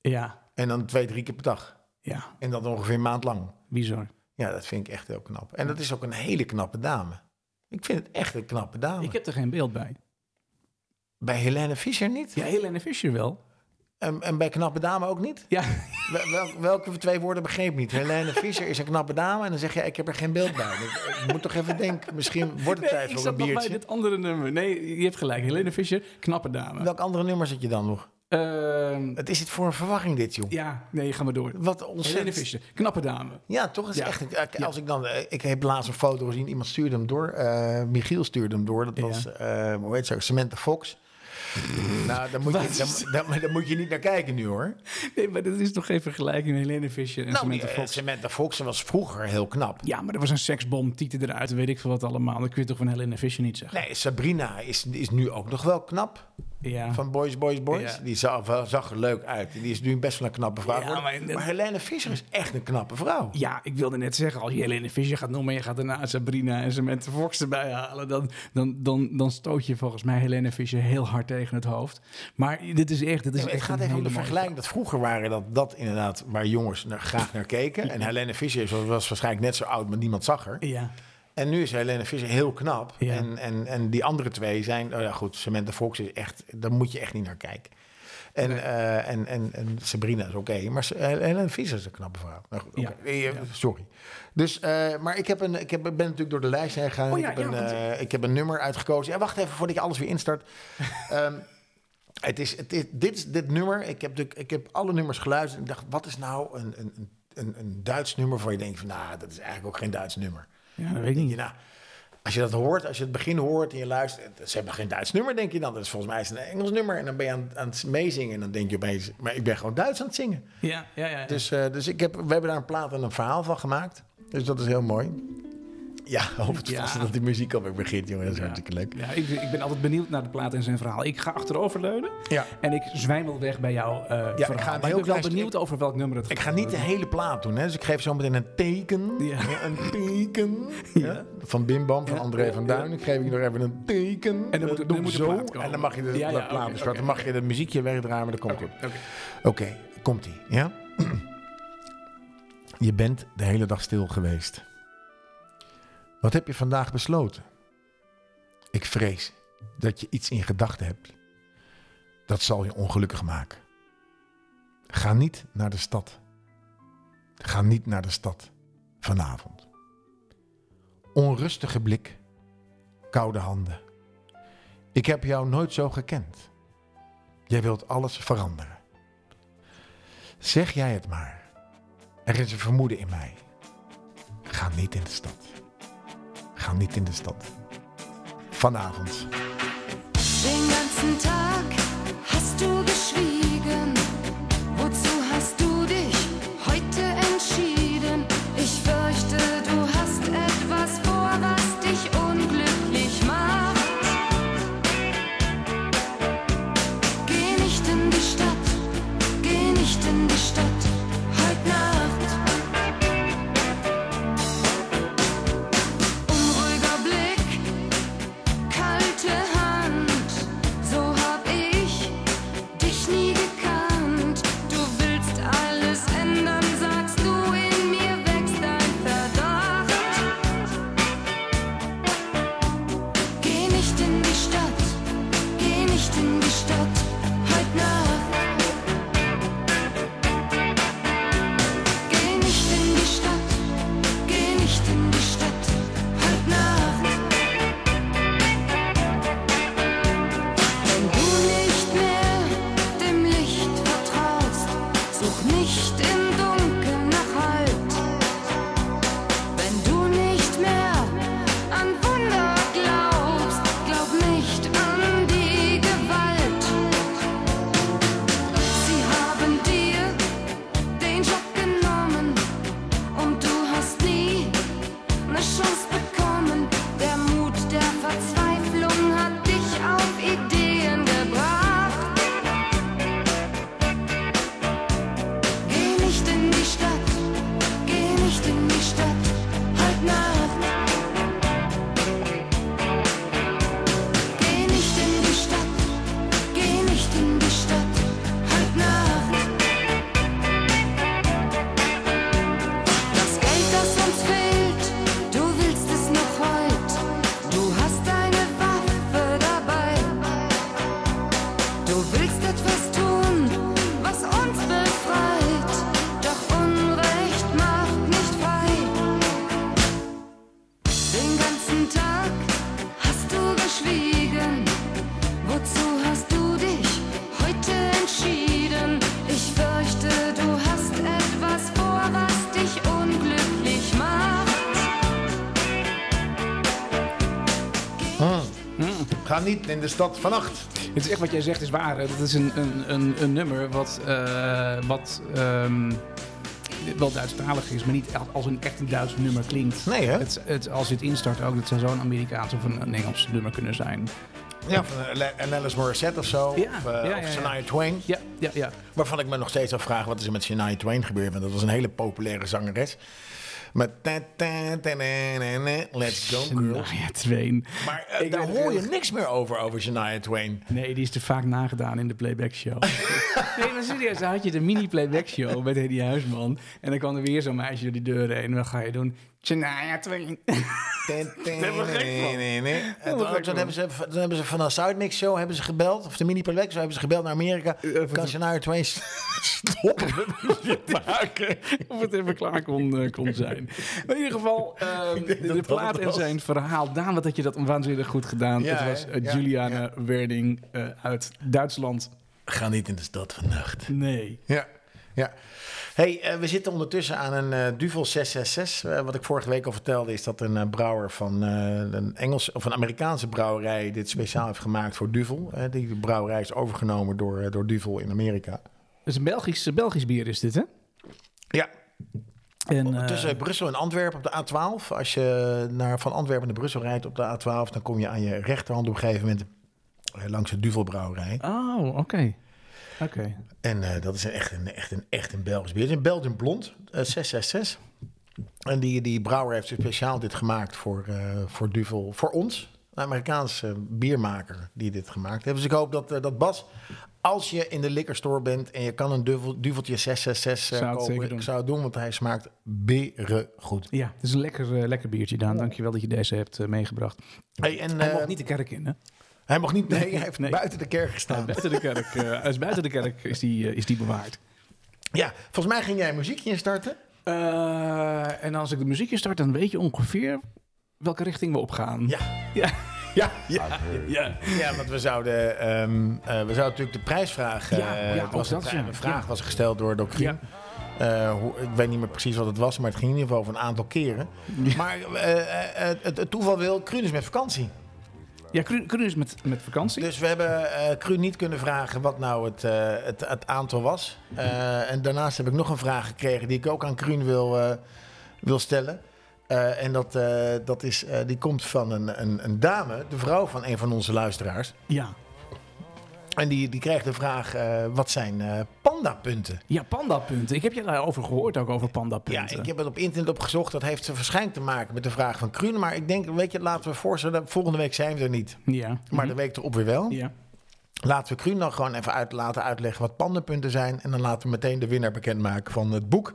A: ja,
B: En dan twee, drie keer per dag.
A: ja.
B: En dat ongeveer een maand lang.
A: Bizar.
B: Ja, dat vind ik echt heel knap. En dat is ook een hele knappe dame. Ik vind het echt een knappe dame.
A: Ik heb er geen beeld bij.
B: Bij Helene Fischer niet?
A: Ja, Helene Fischer wel.
B: En, en bij knappe dame ook niet?
A: [laughs] Ja,
B: Wel- wel- welke twee woorden begreep ik niet?
A: [laughs]
B: Helene Visser is een knappe dame en dan zeg je, ik heb er geen beeld bij. Ik, ik moet toch even
A: [laughs]
B: denken, misschien wordt het
A: nee,
B: tijd
A: ik
B: voor een
A: zat nog bij
B: biertje.
A: dit andere nummer. Nee, je hebt gelijk. Helene Fischer, knappe dame.
B: Welk andere nummer zit je dan nog?
A: Ehm,
B: Het is het voor een verwarring dit, joh.
A: ja, nee, gaan we door.
B: Wat
A: Helene
B: ontzettend.
A: Fischer, knappe dame.
B: Ja, toch is
A: Ja.
B: echt. ik- Als ik dan, eh, ik heb laatst een foto gezien. Iemand stuurde hem door. eh, Michiel stuurde hem door. Dat
A: Ja.
B: was, eh, hoe heet ze? ook, Samantha Fox. nou, daar moet, je, daar, daar- daar moet je niet naar kijken nu, hoor.
A: Nee, maar dat is toch geen vergelijking Helene Fischer en
B: nou,
A: Samantha
B: die, eh,
A: Fox.
B: Samantha Fox was vroeger heel knap.
A: Ja, maar er was een seksbom, tieten eruit, weet ik veel wat allemaal. Dat kun je toch van Helene Fischer niet zeggen?
B: Nee, Sabrina is, is nu ook nog wel knap.
A: Ja.
B: Van Boys, Boys, Boys.
A: Ja.
B: Die zag, wel- zag er leuk uit. Die is nu best wel een knappe vrouw.
A: Ja,
B: geworden.
A: maar in
B: maar,
A: de-
B: Helene Fischer is echt een knappe vrouw.
A: ja, ik wilde net zeggen, als je Helene Fischer gaat noemen... en je gaat daarna Sabrina en Samantha Fox erbij halen... Dan, dan, dan, dan stoot je volgens mij Helene Fischer heel hard tegen het hoofd. Maar dit is echt... Dit is
B: Ja, maar
A: echt
B: het gaat
A: een
B: even
A: hele
B: om de
A: mooie
B: vergelijking. Dat vroeger waren dat, dat inderdaad waar jongens naar, graag naar keken. En Helene Fischer is- was waarschijnlijk net zo oud, maar niemand zag haar.
A: vrouw. Ja.
B: En nu is Helene Fischer heel knap.
A: Ja.
B: En, en, en die andere twee zijn... Oh ja, goed, Samantha Fox is echt... Daar moet je echt niet naar kijken. En, eh, en, en, en Sabrina is oké. maar Sa- Helene Fischer is een knappe vrouw. Nou goed,
A: Ja.
B: oké. Eh, Sorry. Dus, eh, maar ik, heb een, ik heb, ben natuurlijk door de lijst heen gegaan.
A: Oh ja,
B: ik, heb
A: ja,
B: een,
A: want-
B: eh, ik heb een nummer uitgekozen. Ja, wacht even voordat je alles weer
A: [laughs]
B: instart. Ehm, het is, het is, dit, is- dit nummer, ik heb, natuurlijk- ik heb alle nummers geluisterd. En ik dacht, wat is nou een, een, een- een, een Duits nummer waar je denkt van... Nou, dat is eigenlijk ook geen Duits nummer.
A: ja, dat weet ik
B: Denk
A: niet.
B: je, nou, als je dat hoort, als je het begin hoort en je luistert, het- ze hebben geen Duits nummer, denk je dan. Dat is volgens mij is het een Engels nummer. En dan ben je aan, aan het meezingen en dan denk je opeens, maar ik ben gewoon Duits aan het zingen.
A: Ja, ja, ja. ja.
B: Dus, eh, dus ik heb, we hebben daar een plaat en een verhaal van gemaakt. Dus dat is heel mooi. Ja, [laughs] hoop het
A: Ja.
B: vast dat die muziek alweer begint, jongen. Dat is hartstikke leuk.
A: Ja, ik, ik ben altijd benieuwd naar de plaat en zijn verhaal. Ik ga achteroverleunen
B: Ja.
A: en ik zwijmel weg bij jouw eh verhaal.
B: ik ga
A: Maar
B: een
A: ik
B: heel
A: ben wel
B: klein stuk-
A: benieuwd over welk nummer het
B: Ik ga niet de hele plaat doen, hè. Dus ik geef zo meteen een teken.
A: Ja.
B: Een teken. Ja. Van Bim Bam, van
A: Ja.
B: André van Duin. Ik geef je nog even een teken.
A: En dan moet
B: Eh,
A: er-
B: doe
A: dan moet er
B: zo.
A: een plaat komen.
B: En dan mag je de,
A: Ja,
B: de
A: ja,
B: plaat
A: oké,
B: bespreken.
A: oké,
B: Dan mag je het muziekje wegdraaien, maar dat komt goed.
A: Oké.
B: Oké, komt ie. Ja? [clears throat] Je bent de hele dag stil geweest. Wat heb je vandaag besloten? Ik vrees dat je iets in gedachten hebt. Dat zal je ongelukkig maken. Ga niet naar de stad. Ga niet naar de stad vanavond. Onrustige blik, koude handen. Ik heb jou nooit zo gekend. Jij wilt alles veranderen. Zeg jij het maar. Er is een vermoeden in mij. Ga niet in de stad. Ga niet in de stad. Vanavond.
D: Den ganzen Tag hast du geschwiegen. Wozu hast du dich heute entschieden? Ich fürchte, du hast etwas vor, was dich unglücklich macht. Geh nicht in die Stadt, geh nicht in die Stadt, heute Nacht. Unruhiger Blick, kalte Hand, so hab ich dich nie gekannt. Du willst alles ändern, sagst du, in mir wächst ein Verdacht. Geh nicht in die Stadt, geh nicht in die Stadt, heut Nacht. Geh nicht in die Stadt, geh nicht in die Stadt, heut Nacht. Wenn du nicht mehr dem Licht vertraust, such nicht im Dunkeln nach Halt. Wenn du nicht mehr an Wunder glaubst, glaub nicht an die Gewalt. Sie haben dir den Job genommen und du hast nie eine Chance bekommen. Der Mut der Verzweiflung hat dich auf Ideen gebracht. Geh halt halt
B: Ga niet in de stad vannacht.
A: Het is echt wat jij zegt is waar. hè. Dat is een, een, een, een nummer wat, eh, wat ehm, wel Duitsstalig is, maar niet echt als een echt een Duits nummer klinkt.
B: Nee, hè?
A: Het, het, als je het instart ook, dat zou zo'n Amerikaans of een, een Engels nummer kunnen zijn.
B: Ja, van eh, Le- en Alice Morissette of zo.
A: Ja,
B: Of,
A: ja,
B: eh,
A: ja,
B: of
A: ja.
B: Shania Twain.
A: Ja, ja, ja.
B: Waarvan ik me nog steeds afvraag wat is er met Shania Twain gebeurd. Want dat was een hele populaire zangeres. Met ta- ta- ta- na- na- na, Let's Go Girls.
A: Shania Twain.
B: Maar eh,
A: Ik
B: daar
A: weet
B: hoor je
A: het.
B: niks meer over, over Shania Twain.
A: Nee, die is te vaak nagedaan in de playback show. [laughs] nee, maar serieus, dan had je de mini playback show met Hedy Huisman. En dan kwam er weer zo'n meisje door die deur heen. En wat ga je doen? Shania Twain.
B: Ten- [laughs] ten-
A: Daar word ik gek van.
B: nee, [laughs] nee. En
A: word ik
B: toen-
A: gek
B: Toen
A: van.
B: hebben ze, toen hebben ze van de Zuidmix Show hebben ze gebeld, of de mini project Show hebben ze gebeld naar Amerika. Kan ze naar [laughs] twee stoppen met muziek maken?
A: Of het even klaar kon, eh, kon
B: [laughs]
A: zijn. Maar in ieder geval, ehm, de, de
B: dat dat
A: plaat
B: het
A: en
B: was.
A: zijn verhaal. Daan, wat had je dat waanzinnig goed gedaan.
B: Ja,
A: het was
B: hè?
A: eh,
B: Ja,
A: Juliane Werding eh, uit Duitsland.
B: Ga niet in de stad vannacht.
A: Nee.
B: Ja. Ja. hey, eh, we zitten ondertussen aan een eh, Duvel 666. Eh, wat ik vorige week al vertelde is dat een eh, brouwer van eh, een Engelse of een Amerikaanse brouwerij dit speciaal heeft gemaakt voor Duvel. Eh, die brouwerij is overgenomen door, eh, door Duvel in Amerika.
A: Het is een Belgisch, eh, Belgisch bier is dit, hè?
B: Ja,
A: En, eh,
B: Tussen Brussel en Antwerpen op de A12. Als je naar, van Antwerpen naar Brussel rijdt op de A12, dan kom je aan je rechterhand op een gegeven moment eh, langs de Duvelbrouwerij.
A: Oh, oké. Oké.
B: En eh, dat is een, echt, een, echt, een, echt een Belgisch bier. Het is een Belgian blond, eh, 666. En die, die brouwer heeft dus speciaal dit gemaakt voor, eh, voor Duvel, voor ons. Een Amerikaanse biermaker die dit gemaakt heeft. Dus ik hoop dat, eh, dat Bas, als je in de liquorstore bent en je kan een duvel, duveltje 666 eh,
A: Zou het
B: kopen,
A: zeker doen.
B: ik zou het doen, want hij smaakt berengoed.
A: Ja, het is een lekker, eh, lekker biertje, Daan. Dankjewel dat je deze hebt eh, meegebracht.
B: Hey, en,
A: Hij
B: eh,
A: mocht niet de kerk in, hè?
B: Hij mag [laughs] niet. Nee, hij heeft
A: nee.
B: buiten de kerk gestaan.
A: Buiten de kerk, eh, hij is buiten de kerk is die, eh, is die bewaard.
B: Ja, volgens mij ging jij een muziekje instarten.
A: Eh, en als ik de muziekje start, dan weet je ongeveer welke richting we opgaan.
B: Ja.
A: Ja.
B: Ja, ja,
A: Ja.
B: ja, want we zouden, ehm, eh, we zouden natuurlijk de prijsvraag. eh,
A: Ja, ja,
B: het
A: ook
B: was een
A: dat,
B: pri-
A: ja.
B: een vraag was gesteld door Doc Green.
A: Ja.
B: Eh, hoe, ik weet niet meer precies wat het was, maar het ging in ieder geval over een aantal keren. Maar eh, eh, het, het toeval wil, Kruun is met vakantie.
A: Ja, Kru- Kru is met, met vakantie.
B: Dus we hebben eh Kruun niet kunnen vragen wat nou het, eh, het, het aantal was. Eh, en daarnaast heb ik nog een vraag gekregen die ik ook aan Kruun wil, eh, wil stellen. Eh, en dat, eh, dat is, eh, die komt van een, een, een dame, de vrouw van een van onze luisteraars.
A: Ja.
B: En die, die kreeg de vraag, eh, wat zijn eh, pandapunten?
A: Ja, pandapunten. Ik heb je daarover gehoord ook, over pandapunten.
B: Ja, ik heb het op internet opgezocht. Dat heeft waarschijnlijk te maken met de vraag van Kruun. Maar ik denk, weet je, laten we voorstellen, volgende week zijn we er niet.
A: Ja. Mhm.
B: Maar de week erop weer wel.
A: ja.
B: Laten we Kruun dan gewoon even uit, laten uitleggen wat pandapunten zijn. En dan laten we meteen de winnaar bekendmaken van het boek.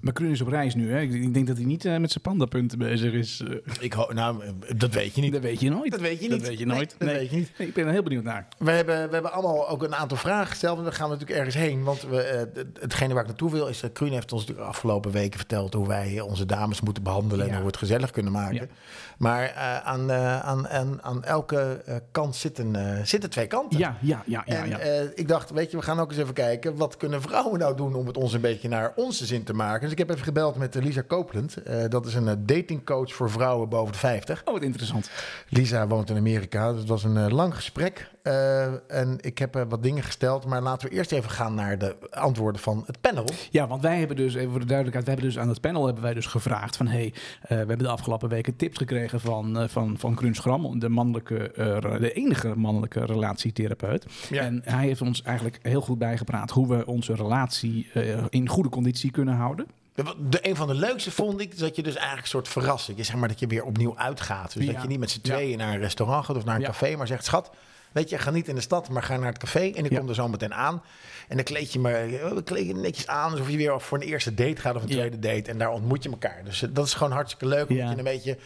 A: Maar Kru is op reis nu, hè? Ik, ik denk dat hij niet eh, met zijn pandapunten bezig is. eh.
B: Ik ho- nou, eh, dat weet je niet.
A: dat weet je nooit.
B: Dat weet je niet.
A: Dat weet je nooit.
B: Nee, dat weet je niet.
A: Nee, ik ben er heel benieuwd naar.
B: We hebben, we hebben allemaal ook een aantal vragen gesteld. En daar gaan we natuurlijk ergens heen. Want we, eh, het- hetgene waar ik naartoe wil is dat Kruun heeft ons de afgelopen weken verteld... hoe wij onze dames moeten behandelen en
A: Ja.
B: hoe we het gezellig kunnen maken.
A: Ja.
B: Maar eh, aan, eh, aan, aan, aan elke eh, kant zitten, eh, zitten twee kanten.
A: Ja, ja, ja, ja.
B: en
A: ja.
B: eh, ik dacht, weet je, we gaan ook eens even kijken... wat kunnen vrouwen nou doen om het ons een beetje naar onze zin te maken. Dus ik heb even gebeld met eh, Lisa Copeland. Eh, dat is een eh, datingcoach voor vrouwen boven de 50.
A: oh, wat interessant.
B: Lisa woont in Amerika, dus het was een eh, lang gesprek. Eh, en ik heb eh, wat dingen gesteld, maar laten we eerst even gaan naar de antwoorden van het panel.
A: Ja, want wij hebben dus, even voor de duidelijkheid, wij hebben dus aan het panel hebben wij dus gevraagd van... hé, hey, eh, we hebben de afgelopen weken tips gekregen van, eh van, van Gruns Gram, de, mannelijke, eh, re- de enige mannelijke relatietherapeut.
B: Ja.
A: En hij heeft ons eigenlijk heel goed bijgepraat hoe we onze relatie eh, in goede conditie kunnen houden.
B: De, de- een van de leukste vond ik, is dat je dus eigenlijk een soort verrassing, je zeg maar dat je weer opnieuw uitgaat. Dus
A: Ja.
B: dat je niet met z'n
A: Ja.
B: tweeën naar een restaurant gaat of naar een
A: Ja.
B: café, maar zegt, schat, weet je, ga niet in de stad, maar ga naar het café. En ik
A: Ja.
B: kom er zo meteen aan. En dan kleed je, maar, kleed je netjes aan, alsof je weer voor een eerste date gaat of een
A: Ja.
B: tweede date. En daar ontmoet je elkaar. Dus eh, dat is gewoon hartstikke leuk, omdat
A: Ja.
B: je een beetje...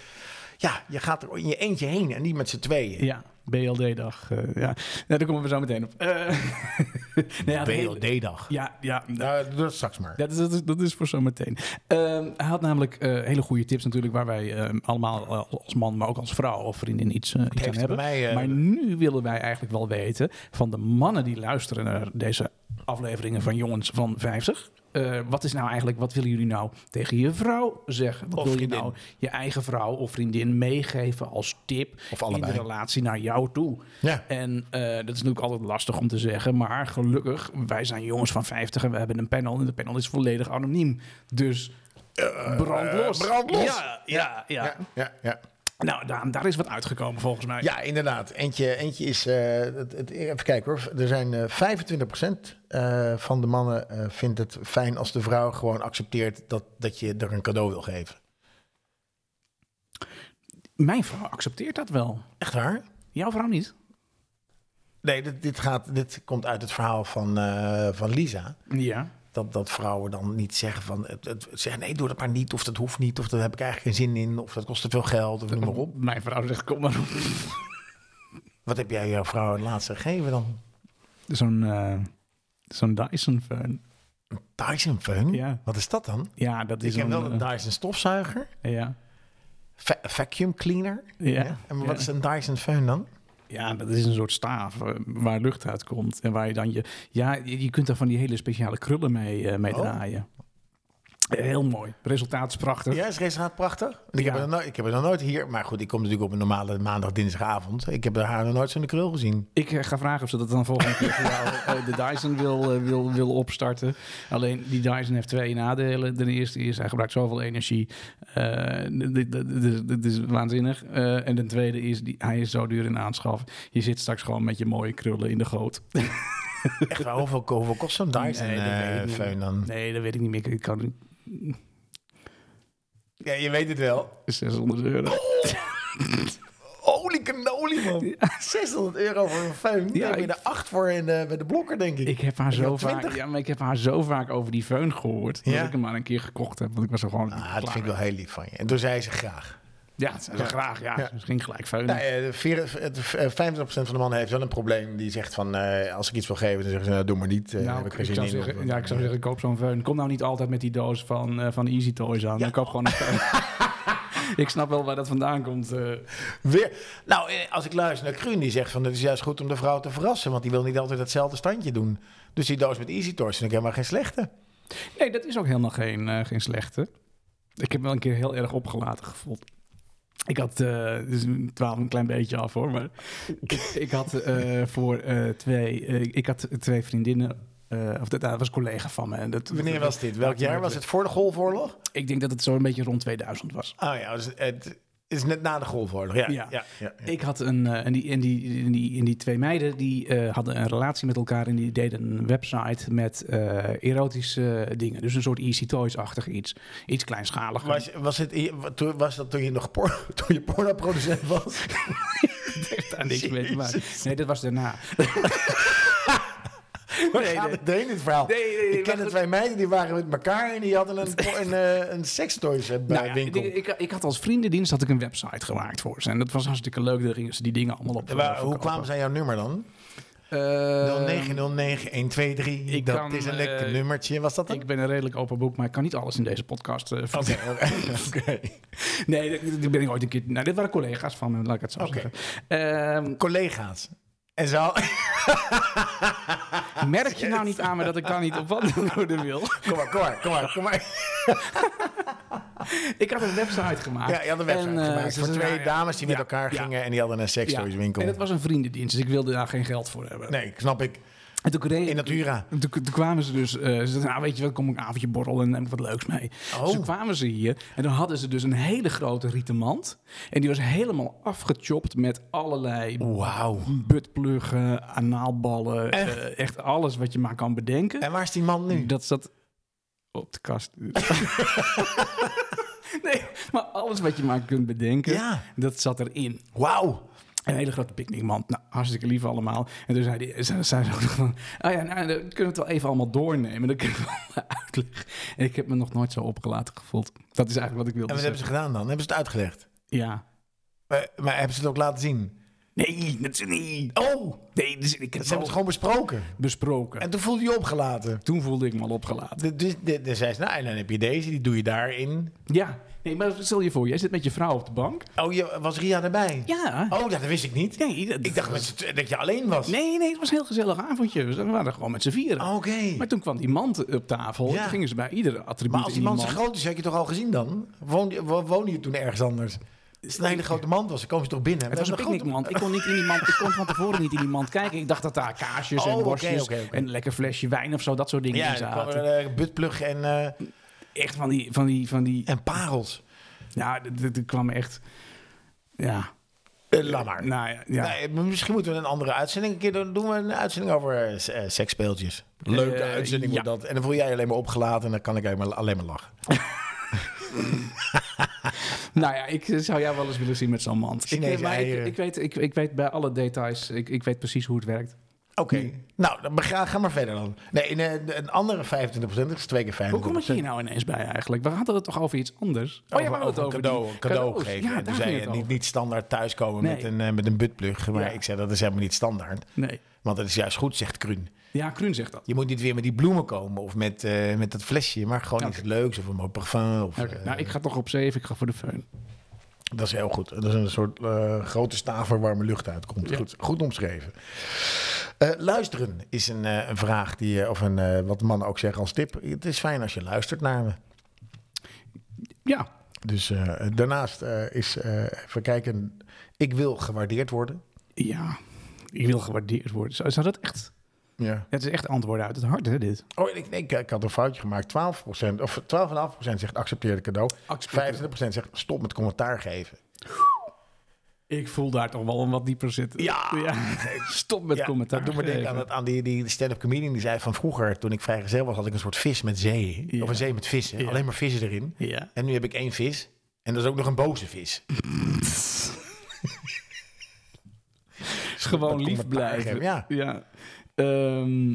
B: Ja, je gaat er in je eentje heen en niet met z'n tweeën.
A: Ja, BLD-dag. eh, ja. Nou, daar komen we zo meteen op. Eh, [laughs] nou ja, de hele-
B: BLD-dag.
A: Ja, ja,
B: Nou, doe dat straks maar.
A: Dat is, dat is, dat is voor zometeen. Ehm, hij had namelijk eh, hele goede tips natuurlijk... waar wij ehm, allemaal eh, als man, maar ook als vrouw of vriendin iets, eh, iets aan
B: heeft
A: hebben.
B: bij mij, eh,
A: maar nu willen wij eigenlijk wel weten... van de mannen die luisteren naar deze afleveringen van Jongens van 50. Eh, wat is nou eigenlijk, wat willen jullie nou tegen je vrouw zeggen? Wat
B: Of
A: wil
B: vriendin.
A: je nou je eigen vrouw of vriendin meegeven als tip
B: Of allebei.
A: in de relatie naar jou toe?
B: Ja.
A: En eh, dat is natuurlijk altijd lastig om te zeggen, maar gelukkig, wij zijn jongens van 50 en we hebben een panel en de panel is volledig anoniem. Dus eh, brand los.
B: brand los.
A: Ja, ja, ja.
B: Ja, ja, ja.
A: Nou, daar, daar is wat uitgekomen volgens mij.
B: Ja, inderdaad. Eentje, eentje is. eh, het, het- even kijken hoor. Er zijn eh 25% eh, van de mannen eh, vindt het fijn als de vrouw gewoon accepteert dat, dat je er een cadeau wil geven.
A: Mijn vrouw accepteert dat wel.
B: Echt waar?
A: Jouw vrouw niet?
B: Nee, dit, dit, gaat, dit komt uit het verhaal van, eh, van Lisa.
A: Ja.
B: Dat, dat vrouwen dan niet zeggen van. Het, het, zeggen nee, doe dat maar niet. Of dat hoeft niet. Of daar heb ik eigenlijk geen zin in. Of dat kost te veel geld. Of noem maar op.
A: Mijn vrouw zegt, kom maar op.
B: Wat heb jij jouw vrouw het laatste gegeven dan?
A: Zo'n eh, zo'n Dyson fan.
B: Dyson Fun?
A: Ja.
B: Wat is dat dan?
A: Ja, dat is
B: Ik heb
A: een...
B: wel een
A: eh,
B: Dyson stofzuiger.
A: ja.
B: Va- vacuum cleaner.
A: Ja.
B: Ja. En wat
A: Ja.
B: is een Dyson fan dan?
A: ja, dat is een soort staaf eh, waar lucht uit komt. En waar je dan je... Ja, je je kunt daar van die hele speciale krullen mee, eh, mee
B: Oh.
A: draaien. Eh, Heel mooi. Resultaat is prachtig.
B: Ja, is resultaat prachtig. Want Ik,
A: Ja.
B: heb er nog, ik heb er nog nooit hier, maar goed, ik kom natuurlijk op een normale maandag, dinsdagavond. Ik heb haar nog nooit zo'n krul gezien.
A: Ik eh, ga vragen of ze dat dan volgende keer voor
B: [laughs]
A: jou eh, de Dyson wil, eh, wil, wil opstarten. Alleen die Dyson heeft twee nadelen. Ten eerste is hij gebruikt zoveel energie. Eh, dit- dit- dit is- dit is waanzinnig. Eh, en ten tweede is die, hij is zo duur in aanschaf. Je zit straks gewoon met je mooie krullen in de goot.
B: Hm. Echt waar, hoeveel, hoeveel kost zo'n Dyson
A: Nee, dat weet ik
B: eh,
A: niet.
B: fan dan?
A: Nee, dat weet ik niet meer. Ik kan
B: Ja, je weet het wel.
A: 600 euro.
B: Holy cannoli, man. 600 euro voor een fan. Daar heb je
A: ik-
B: er acht voor in, eh, bij de blokker, denk ik.
A: Ik heb haar
B: je
A: zo
B: al
A: vaak.
B: 20?
A: Ja, maar ik heb haar zo vaak over die föhn gehoord
B: Ja.
A: dat ik hem maar een keer gekocht heb, want ik was er gewoon.
B: Ah,
A: klaar
B: dat vind ik
A: mee.
B: wel heel lief van je. En toen zei ze graag.
A: Ja, ze zei graag. Ja,
B: Ja.
A: misschien gelijk föhn.
B: Nou, eh, vier- het- eh, 25% van de mannen heeft wel een probleem. Die zegt van, eh, als ik iets wil geven, dan zeggen ze, nou, doe maar niet. eh,
A: Nou,
B: heb
A: ik,
B: ik geen zin
A: zou
B: in. eh, Of-
A: zeggen, ja, ik zou zeggen, koop zo'n föhn. Kom nou niet altijd met die doos van, eh, van Easy Toys aan. Ik koop gewoon een
B: [laughs]
A: föhn. ik snap wel waar dat vandaan komt. eh.
B: Weer. Nou, eh, als ik luister naar Kruun, die zegt van het is juist goed om de vrouw te verrassen, want die wil niet altijd hetzelfde standje doen. Dus die doos met Easy Toys vind ik helemaal geen slechte.
A: Nee, dat is ook helemaal geen, eh, geen slechte. Ik heb wel een keer heel erg opgelaten gevoeld. Ik had, eh dus ik dwaal een klein beetje af hoor, maar ik, ik had eh, voor eh, twee, eh, ik had twee vriendinnen, eh, of dat, nou, dat was een collega van me. En dat,
B: Wanneer was dit? Welk jaar was het? Voor de Golfoorlog?
A: Ik denk dat het zo een beetje rond 2000 was.
B: Oh ja, dus het is net na de Golfoorlog. Ja, ja.
A: Ja.
B: ja, ja,
A: Ik had een. eh, en, die, en, die, en, die, en die twee meiden die eh, hadden een relatie met elkaar. En die deden een website met eh, erotische dingen. Dus een soort Easy Toys-achtig iets. Iets kleinschaliger.
B: Was, was, het, i- toen- was dat toen je nog por, [laughs] toen je pornoproducent was?
A: [laughs] heeft daar niks mee te maken. Nee, dat was
B: [laughs]
A: daarna.
B: Waar
A: nee.
B: gaat het heen, dit verhaal?
A: Nee, nee, nee,
B: ik
A: maar
B: kende
A: goed.
B: twee meiden, die waren met elkaar en die hadden
A: [laughs]
B: een, een, eh, een sextoys eh, bij
A: Nou ja,
B: winkel.
A: ik, ik, ik had als vriendendienst had ik een website gemaakt voor ze. En dat was hartstikke leuk. Daar gingen ze die dingen allemaal op. eh,
B: Waar- hoe
A: verkopen.
B: kwamen ze aan jouw nummer dan?
A: Eh,
B: 0909123.
A: ik
B: dat
A: kan,
B: is een lekker
A: eh,
B: nummertje. Was dat het?
A: Ik ben een redelijk open boek, maar ik kan niet alles in deze podcast eh, vertellen.
B: [laughs] Oké,
A: [laughs]
B: oké, oké.
A: Nee, dat- dat ben ik ooit een keer... Nou, dit waren collega's van me, laat ik het zo
B: Oké.
A: zeggen.
B: [laughs]
A: Ehm,
B: Collega's. En zo. Ah,
A: Merk je nou niet aan me dat ik daar niet op
B: [laughs]
A: wandelroede wil?
B: [laughs] Kom maar, kom maar, kom maar, kom maar. [laughs]
A: Ik had een website gemaakt.
B: Ja, je had een website
A: En, eh, ze
B: gemaakt voor
A: zeiden,
B: twee
A: ja,
B: dames die met
A: ja,
B: elkaar
A: ja,
B: gingen en die hadden een
A: ja.
B: sextoyswinkel.
A: En dat was een vriendendienst, dus ik wilde daar geen geld voor hebben.
B: Nee, snap ik.
A: En toen kreeg-
B: In natura.
A: Toen, toen kwamen ze dus, eh, ze zeiden, nou weet je wat, kom ik een avondje borrelen en neem ik wat leuks mee.
B: Oh.
A: Dus toen kwamen ze hier en dan hadden ze dus een hele grote rieten mand. En die was helemaal afgechopt met allerlei
B: Wauw.
A: buttpluggen, anaalballen. eh, Echt? alles wat je maar kan bedenken.
B: En waar is die man nu?
A: Dat zat op de
B: [laughs]
A: kast. nee, maar alles wat je maar kunt bedenken,
B: Ja.
A: dat zat erin.
B: Wauw.
A: Een hele grote picknickmand. Nou, hartstikke lief allemaal. En toen zei, die, zei, zei ze ook nog van... Oh ja, nou, dan kunnen we het wel even allemaal doornemen. Dan kunnen we allemaal [laughs] uitleggen. En ik heb me nog nooit zo opgelaten gevoeld. Dat is eigenlijk wat ik
B: En
A: wilde
B: wat hebben
A: zeggen.
B: ze gedaan dan? Hebben ze het uitgelegd?
A: Ja.
B: Maar, maar hebben ze het ook laten zien?
A: Nee, dat is niet.
B: Oh,
A: Nee, dat is, ik heb
B: ze hebben het gewoon besproken.
A: besproken.
B: En toen voelde je opgelaten.
A: toen voelde ik me al opgelaten.
B: Dus- Dus de- dan zei ze, nou, en dan heb je deze, die doe je daarin.
A: Ja, nee, maar stel je voor, jij zit met je vrouw op de bank.
B: Oh, je, was Ria erbij?
A: Ja.
B: Oh, ja, dat wist ik niet.
A: Nee, dat-
B: Ik dacht met z'n tw- dat je alleen was. Ah,
A: Nee, nee, het was een heel gezellig avondje. We waren gewoon met z'n vieren.
B: Oké.
A: Maar toen kwam die mand op tafel.
B: Oh. Ja.
A: En toen gingen ze bij iedere attribuut
B: Maar als die
A: in
B: man zo groot is, heb je toch al gezien dan? Woonde, wo- woonde je toen ergens anders? Als het een hele grote mand was, dan komen ze toch binnen?
A: Het was een picknickmand. Ik kon niet in die mand. Ik kon van tevoren niet in die mand kijken. Ik dacht dat daar kaarsjes
B: Oh,
A: en
B: oké,
A: worstjes
B: oké, oké.
A: en een lekker flesje wijn of zo, dat soort dingen
B: Ja,
A: in
B: er kwam
A: zaten.
B: er, eh, buttplug en, eh,
A: Echt van die, van die, van die.
B: en parels.
A: Ja, dit- dit dit kwam echt. Ja.
B: Eh, laat maar.
A: Nou ja, ja.
B: Nee, maar misschien moeten we een andere uitzending een keer doen. Doen we een uitzending over eh, s- eh, seksspeeltjes. Leuke
A: Eh,
B: uitzending wordt
A: ja.
B: dat. En dan voel jij je alleen maar opgelaten en dan kan ik alleen maar, alleen maar lachen.
A: Nou ja, ik eh, zou jou wel eens willen zien met zo'n mand. Ik, eh,
B: Chinese
A: maar ik,
B: eieren.
A: ik, weet, ik, ik weet bij alle details, ik, ik weet precies hoe het werkt.
B: Oké,
A: Hmm.
B: nou, dan ga, ga maar verder dan. Nee, in, eh, een andere 25% dat is twee keer 25%.
A: Hoe kom ik hier nou ineens bij eigenlijk? We hadden het toch over iets anders? Oh
B: Over,
A: we hadden
B: over een cadeau,
A: die
B: een cadeau
A: cadeaus.
B: geven.
A: Ja,
B: en toen
A: daar
B: zei
A: ging
B: je
A: het
B: niet,
A: over.
B: niet standaard thuiskomen met
A: Nee.
B: een, eh, met een buttplug. Maar
A: Ja.
B: ik zei dat is helemaal niet standaard.
A: Nee.
B: Want dat is juist goed, zegt Kruun.
A: Ja, Kruun zegt dat.
B: Je moet niet weer met die bloemen komen of met, eh, met dat flesje, maar gewoon
A: Oké.
B: iets leuks of een mooi parfum. Of,
A: Oké,
B: eh,
A: nou, ik ga toch op zeven. Ik ga voor de föhn.
B: Dat is heel goed. Dat is een soort eh, grote staaf waar warme lucht uitkomt.
A: Ja.
B: Goed, goed omschreven. Eh, luisteren is een, eh, een vraag die, eh, of een, eh, wat mannen ook zeggen als tip. Het is fijn als je luistert naar me.
A: Ja.
B: Dus eh, daarnaast eh, is, eh, even kijken, ik wil gewaardeerd worden.
A: Ja. Ik wil gewaardeerd worden. Zou, zou dat echt...
B: Ja.
A: Het is echt antwoorden uit het hart, hè, dit?
B: Oh, ik, ik, ik had een foutje gemaakt. 12%, of 12,5% zegt accepteer het cadeau.
A: Accepteer het
B: 25% zegt stop met commentaar geven.
A: Ik voel daar toch wel een wat dieper zitten.
B: Ja.
A: Stop met
B: Ja,
A: commentaar.
B: dat doet me denken
A: geven.
B: aan, het- aan die, die stand-up comedian die zei van vroeger, toen ik vrijgezel was, had ik een soort vis met zee.
A: Ja.
B: Of een zee met vissen.
A: Ja.
B: Alleen maar vissen erin.
A: Ja.
B: En nu heb ik één vis. En dat is ook nog een boze
A: [laughs]
B: vis.
A: Gewoon
B: Dat
A: lief
B: commentaar
A: blijven.
B: geven, ja.
A: Ehm,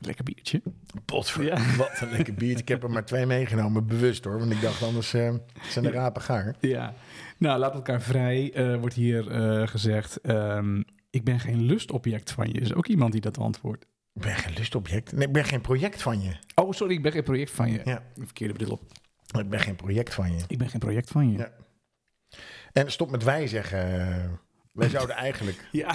A: lekker biertje.
B: Potver.
A: Ja.
B: Wat een lekker biertje. Ik heb er maar twee meegenomen, bewust hoor. Want ik dacht anders eh, zijn de rapen gaar.
A: Ja. Nou, laat elkaar vrij, eh, wordt hier eh, gezegd. Ehm, ik ben geen lustobject van je. Is ook iemand die dat antwoordt.
B: Ik ben geen lustobject. Nee, ik ben geen project van je.
A: Oh, sorry, ik ben geen project van je.
B: Ja.
A: Verkeerde bril op.
B: Ik ben geen project van je.
A: Ik ben geen project van je.
B: Ja. En stop met wij zeggen. eh, wij zouden
A: [laughs]
B: eigenlijk...
A: Ja,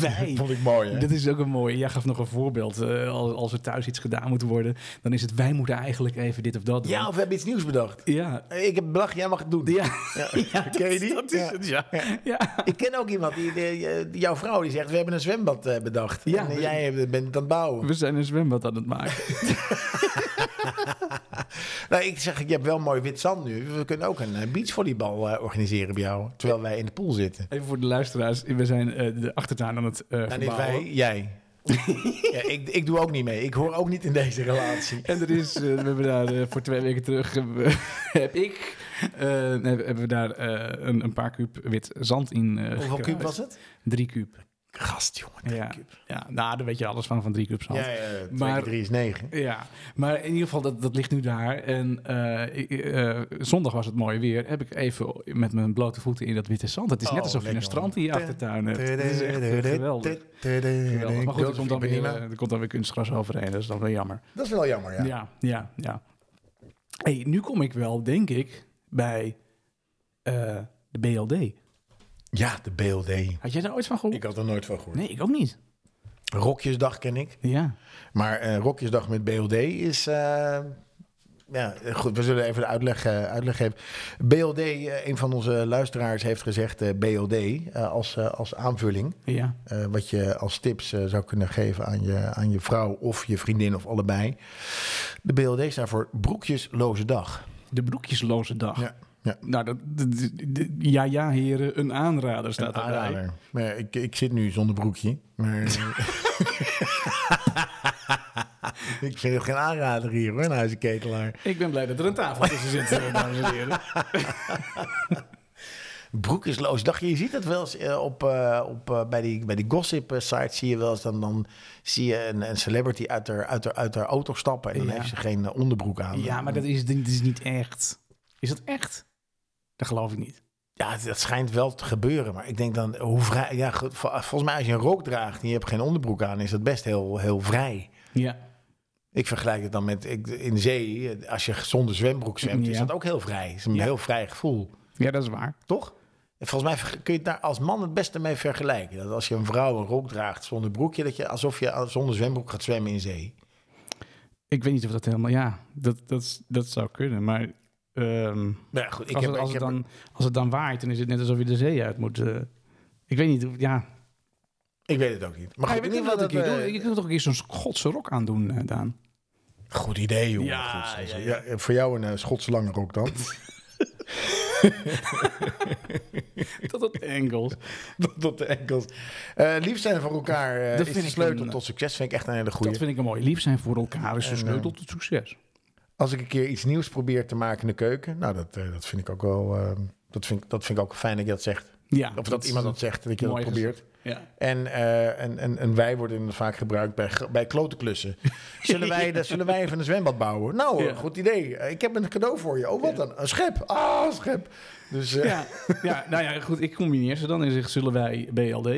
A: wij.
B: Vond ik mooi, hè?
A: Dat is ook een mooie. Jij gaf nog een voorbeeld. eh, als, als er thuis iets gedaan moet worden, dan is het wij moeten eigenlijk even dit of dat doen.
B: Ja, of we hebben iets nieuws bedacht.
A: Ja.
B: Eh, Ik heb belach, jij mag het doen.
A: [laughs]
B: [laughs]
A: Ja.
B: Ja.
A: dat,
B: Ken je die?
A: dat is
B: Ja.
A: het, ja.
B: Ja.
A: Ja.
B: Ik ken ook iemand, die, die- die- jouw vrouw, die zegt: We hebben een zwembad eh, bedacht.
A: Ja.
B: en eh, jij hebt- bent het aan het bouwen.
A: We zijn een zwembad aan het maken.
B: [laughs] Nou, ik zeg: Ik heb wel mooi wit zand nu. We kunnen ook een eh, beachvolleybal eh, organiseren bij jou. Terwijl wij in de pool zitten.
A: Even voor de luisteraars. We zijn eh, de achtertuin aan het eh
B: En niet
A: verbouwen.
B: wij, jij. ja, ik, ik doe ook niet mee. Ik hoor ook niet in deze relatie.
A: En er is, eh, we hebben daar eh, voor twee weken terug, eh, [laughs] heb ik, eh, heb- hebben we daar eh, een, een paar kuub wit zand in eh
B: Hoeveel
A: gekruid.
B: kuub was het?
A: Drie kuub.
B: Gast, jongen. drie
A: Ja.
B: kuub.
A: ja, nou, daar weet je alles van, van drie kuub zand.
B: Ja, ja, ja.
A: Maar-
B: Maar, drie is negen.
A: Ja, maar in ieder geval, dat, dat ligt nu daar. En eh, ik- eh, zondag was het mooi weer. Heb ik even met mijn blote voeten in dat witte zand. Het is net
B: Oh,
A: alsof je een
B: lekker,
A: strand in je
B: man.
A: achtertuin hebt. Het is echt eh, geweldig. Geweldig. Maar goed, er komt, dan weer, eh, er komt dan weer kunstgras overheen. Dat is dan wel jammer.
B: Dat is wel jammer, ja.
A: Ja, ja, ja. Hey, nu kom ik wel, denk ik, bij eh, de BLD.
B: Ja, de BLD.
A: Had jij daar ooit van gehoord?
B: Ik had er nooit van gehoord.
A: Nee, ik ook niet.
B: Rokjesdag ken ik.
A: Ja.
B: Maar eh Rokjesdag met BLD is. eh, ja, goed, we zullen even de uitleg, eh, uitleg geven. BLD, eh, een van onze luisteraars heeft gezegd eh, BLD eh, als, eh, als aanvulling.
A: Ja.
B: Eh, wat je als tips eh, zou kunnen geven aan je, aan je vrouw of je vriendin of allebei. De BLD staat voor broekjesloze dag.
A: De broekjesloze dag.
B: Ja, ja.
A: Nou, dat, dat- dat- dat- ja, ja, heren, een aanrader staat erbij.
B: Aanrader. Maar ja, ik, ik zit nu zonder broekje.
A: [laughs]
B: Maar... ik vind het geen aanrader hier hoor, een huizenketelaar.
A: Ik ben blij dat er een tafel tussen zit, eh, dames en heren.
B: Broekjesloos. Dacht je, je ziet dat wel eens eh, op, eh, op, eh, bij die, bij die gossip eh, site zie je wel eens dan, dan zie je een, een celebrity uit haar, uit, haar, uit haar auto stappen en dan
A: Ja.
B: heeft ze geen eh, onderbroek aan.
A: Ja, maar dat is, dat is niet echt. Is dat echt? Dat geloof ik niet.
B: Ja, dat schijnt wel te gebeuren. Maar ik denk dan, hoe vrij. Ja, ge- vol- volgens mij, als je een rok draagt en je hebt geen onderbroek aan, is dat best heel, heel vrij.
A: Ja.
B: Ik vergelijk het dan met ik, in de zee. eh, Als je zonder zwembroek zwemt, is
A: Ja.
B: dat ook heel vrij. Het is een
A: Ja.
B: heel vrij gevoel,
A: ja, dat is waar.
B: toch? En Volgens mij ver- kun je het daar als man het beste mee vergelijken. Dat als je een vrouw een rok draagt zonder broekje, dat je alsof je a- zonder zwembroek gaat zwemmen in zee.
A: Ik weet niet of dat helemaal... Ja, dat, dat, is- dat zou kunnen, maar... ehm,
B: Nou ja, goed, ik
A: als,
B: heb,
A: het, als,
B: ik
A: het
B: heb-
A: dan, als het dan waait, dan is het net alsof je de zee uit moet. eh. ik weet niet, of- ja...
B: ik weet het ook niet. Maar
A: Ah,
B: goed,
A: je
B: in
A: weet
B: ieder
A: niet wat
B: geval
A: eh, ik
B: dat
A: hier
B: we-
A: doe. Je kunt toch een keer zo'n Schotse rok aandoen, eh, Daan?
B: Goed idee, jongen.
A: Ja,
B: Goed, Sansa.
A: ja,
B: Ja, voor jou een eh, Schotse lange rok
A: [laughs]
B: dan.
A: [laughs] Dat op Engels. [laughs]
B: Tot de enkels. Eh, lief zijn voor elkaar eh,
A: Dat
B: is
A: vind
B: de
A: ik
B: sleutel
A: een-
B: tot succes. Vind ik echt een hele
A: Dat
B: goede.
A: vind ik een mooi. Lief zijn voor elkaar is de
B: En,
A: sleutel tot succes.
B: Als ik een keer iets nieuws probeer te maken in de keuken. Nou, dat, eh, dat vind ik ook wel. eh, dat, vind, ik- dat vind ik ook fijn dat je dat zegt.
A: Ja,
B: Of dat, iemand dat zegt, dat je dat
A: mooi
B: probeert.
A: Ja.
B: En, eh, en, en, en wij worden vaak gebruikt bij, gro- bij klote
A: [laughs]
B: klussen. Zullen wij, dat- zullen wij even een zwembad bouwen? Nou,
A: Ja.
B: eh, goed idee. Eh, Ik heb een cadeau voor je. Oh, wat dan? Een schep. Ah, een schep. Dus eh,
A: Ja, [laughs] ja, nou ja, goed. Ik combineer ze dan en zeg, zullen wij BLD?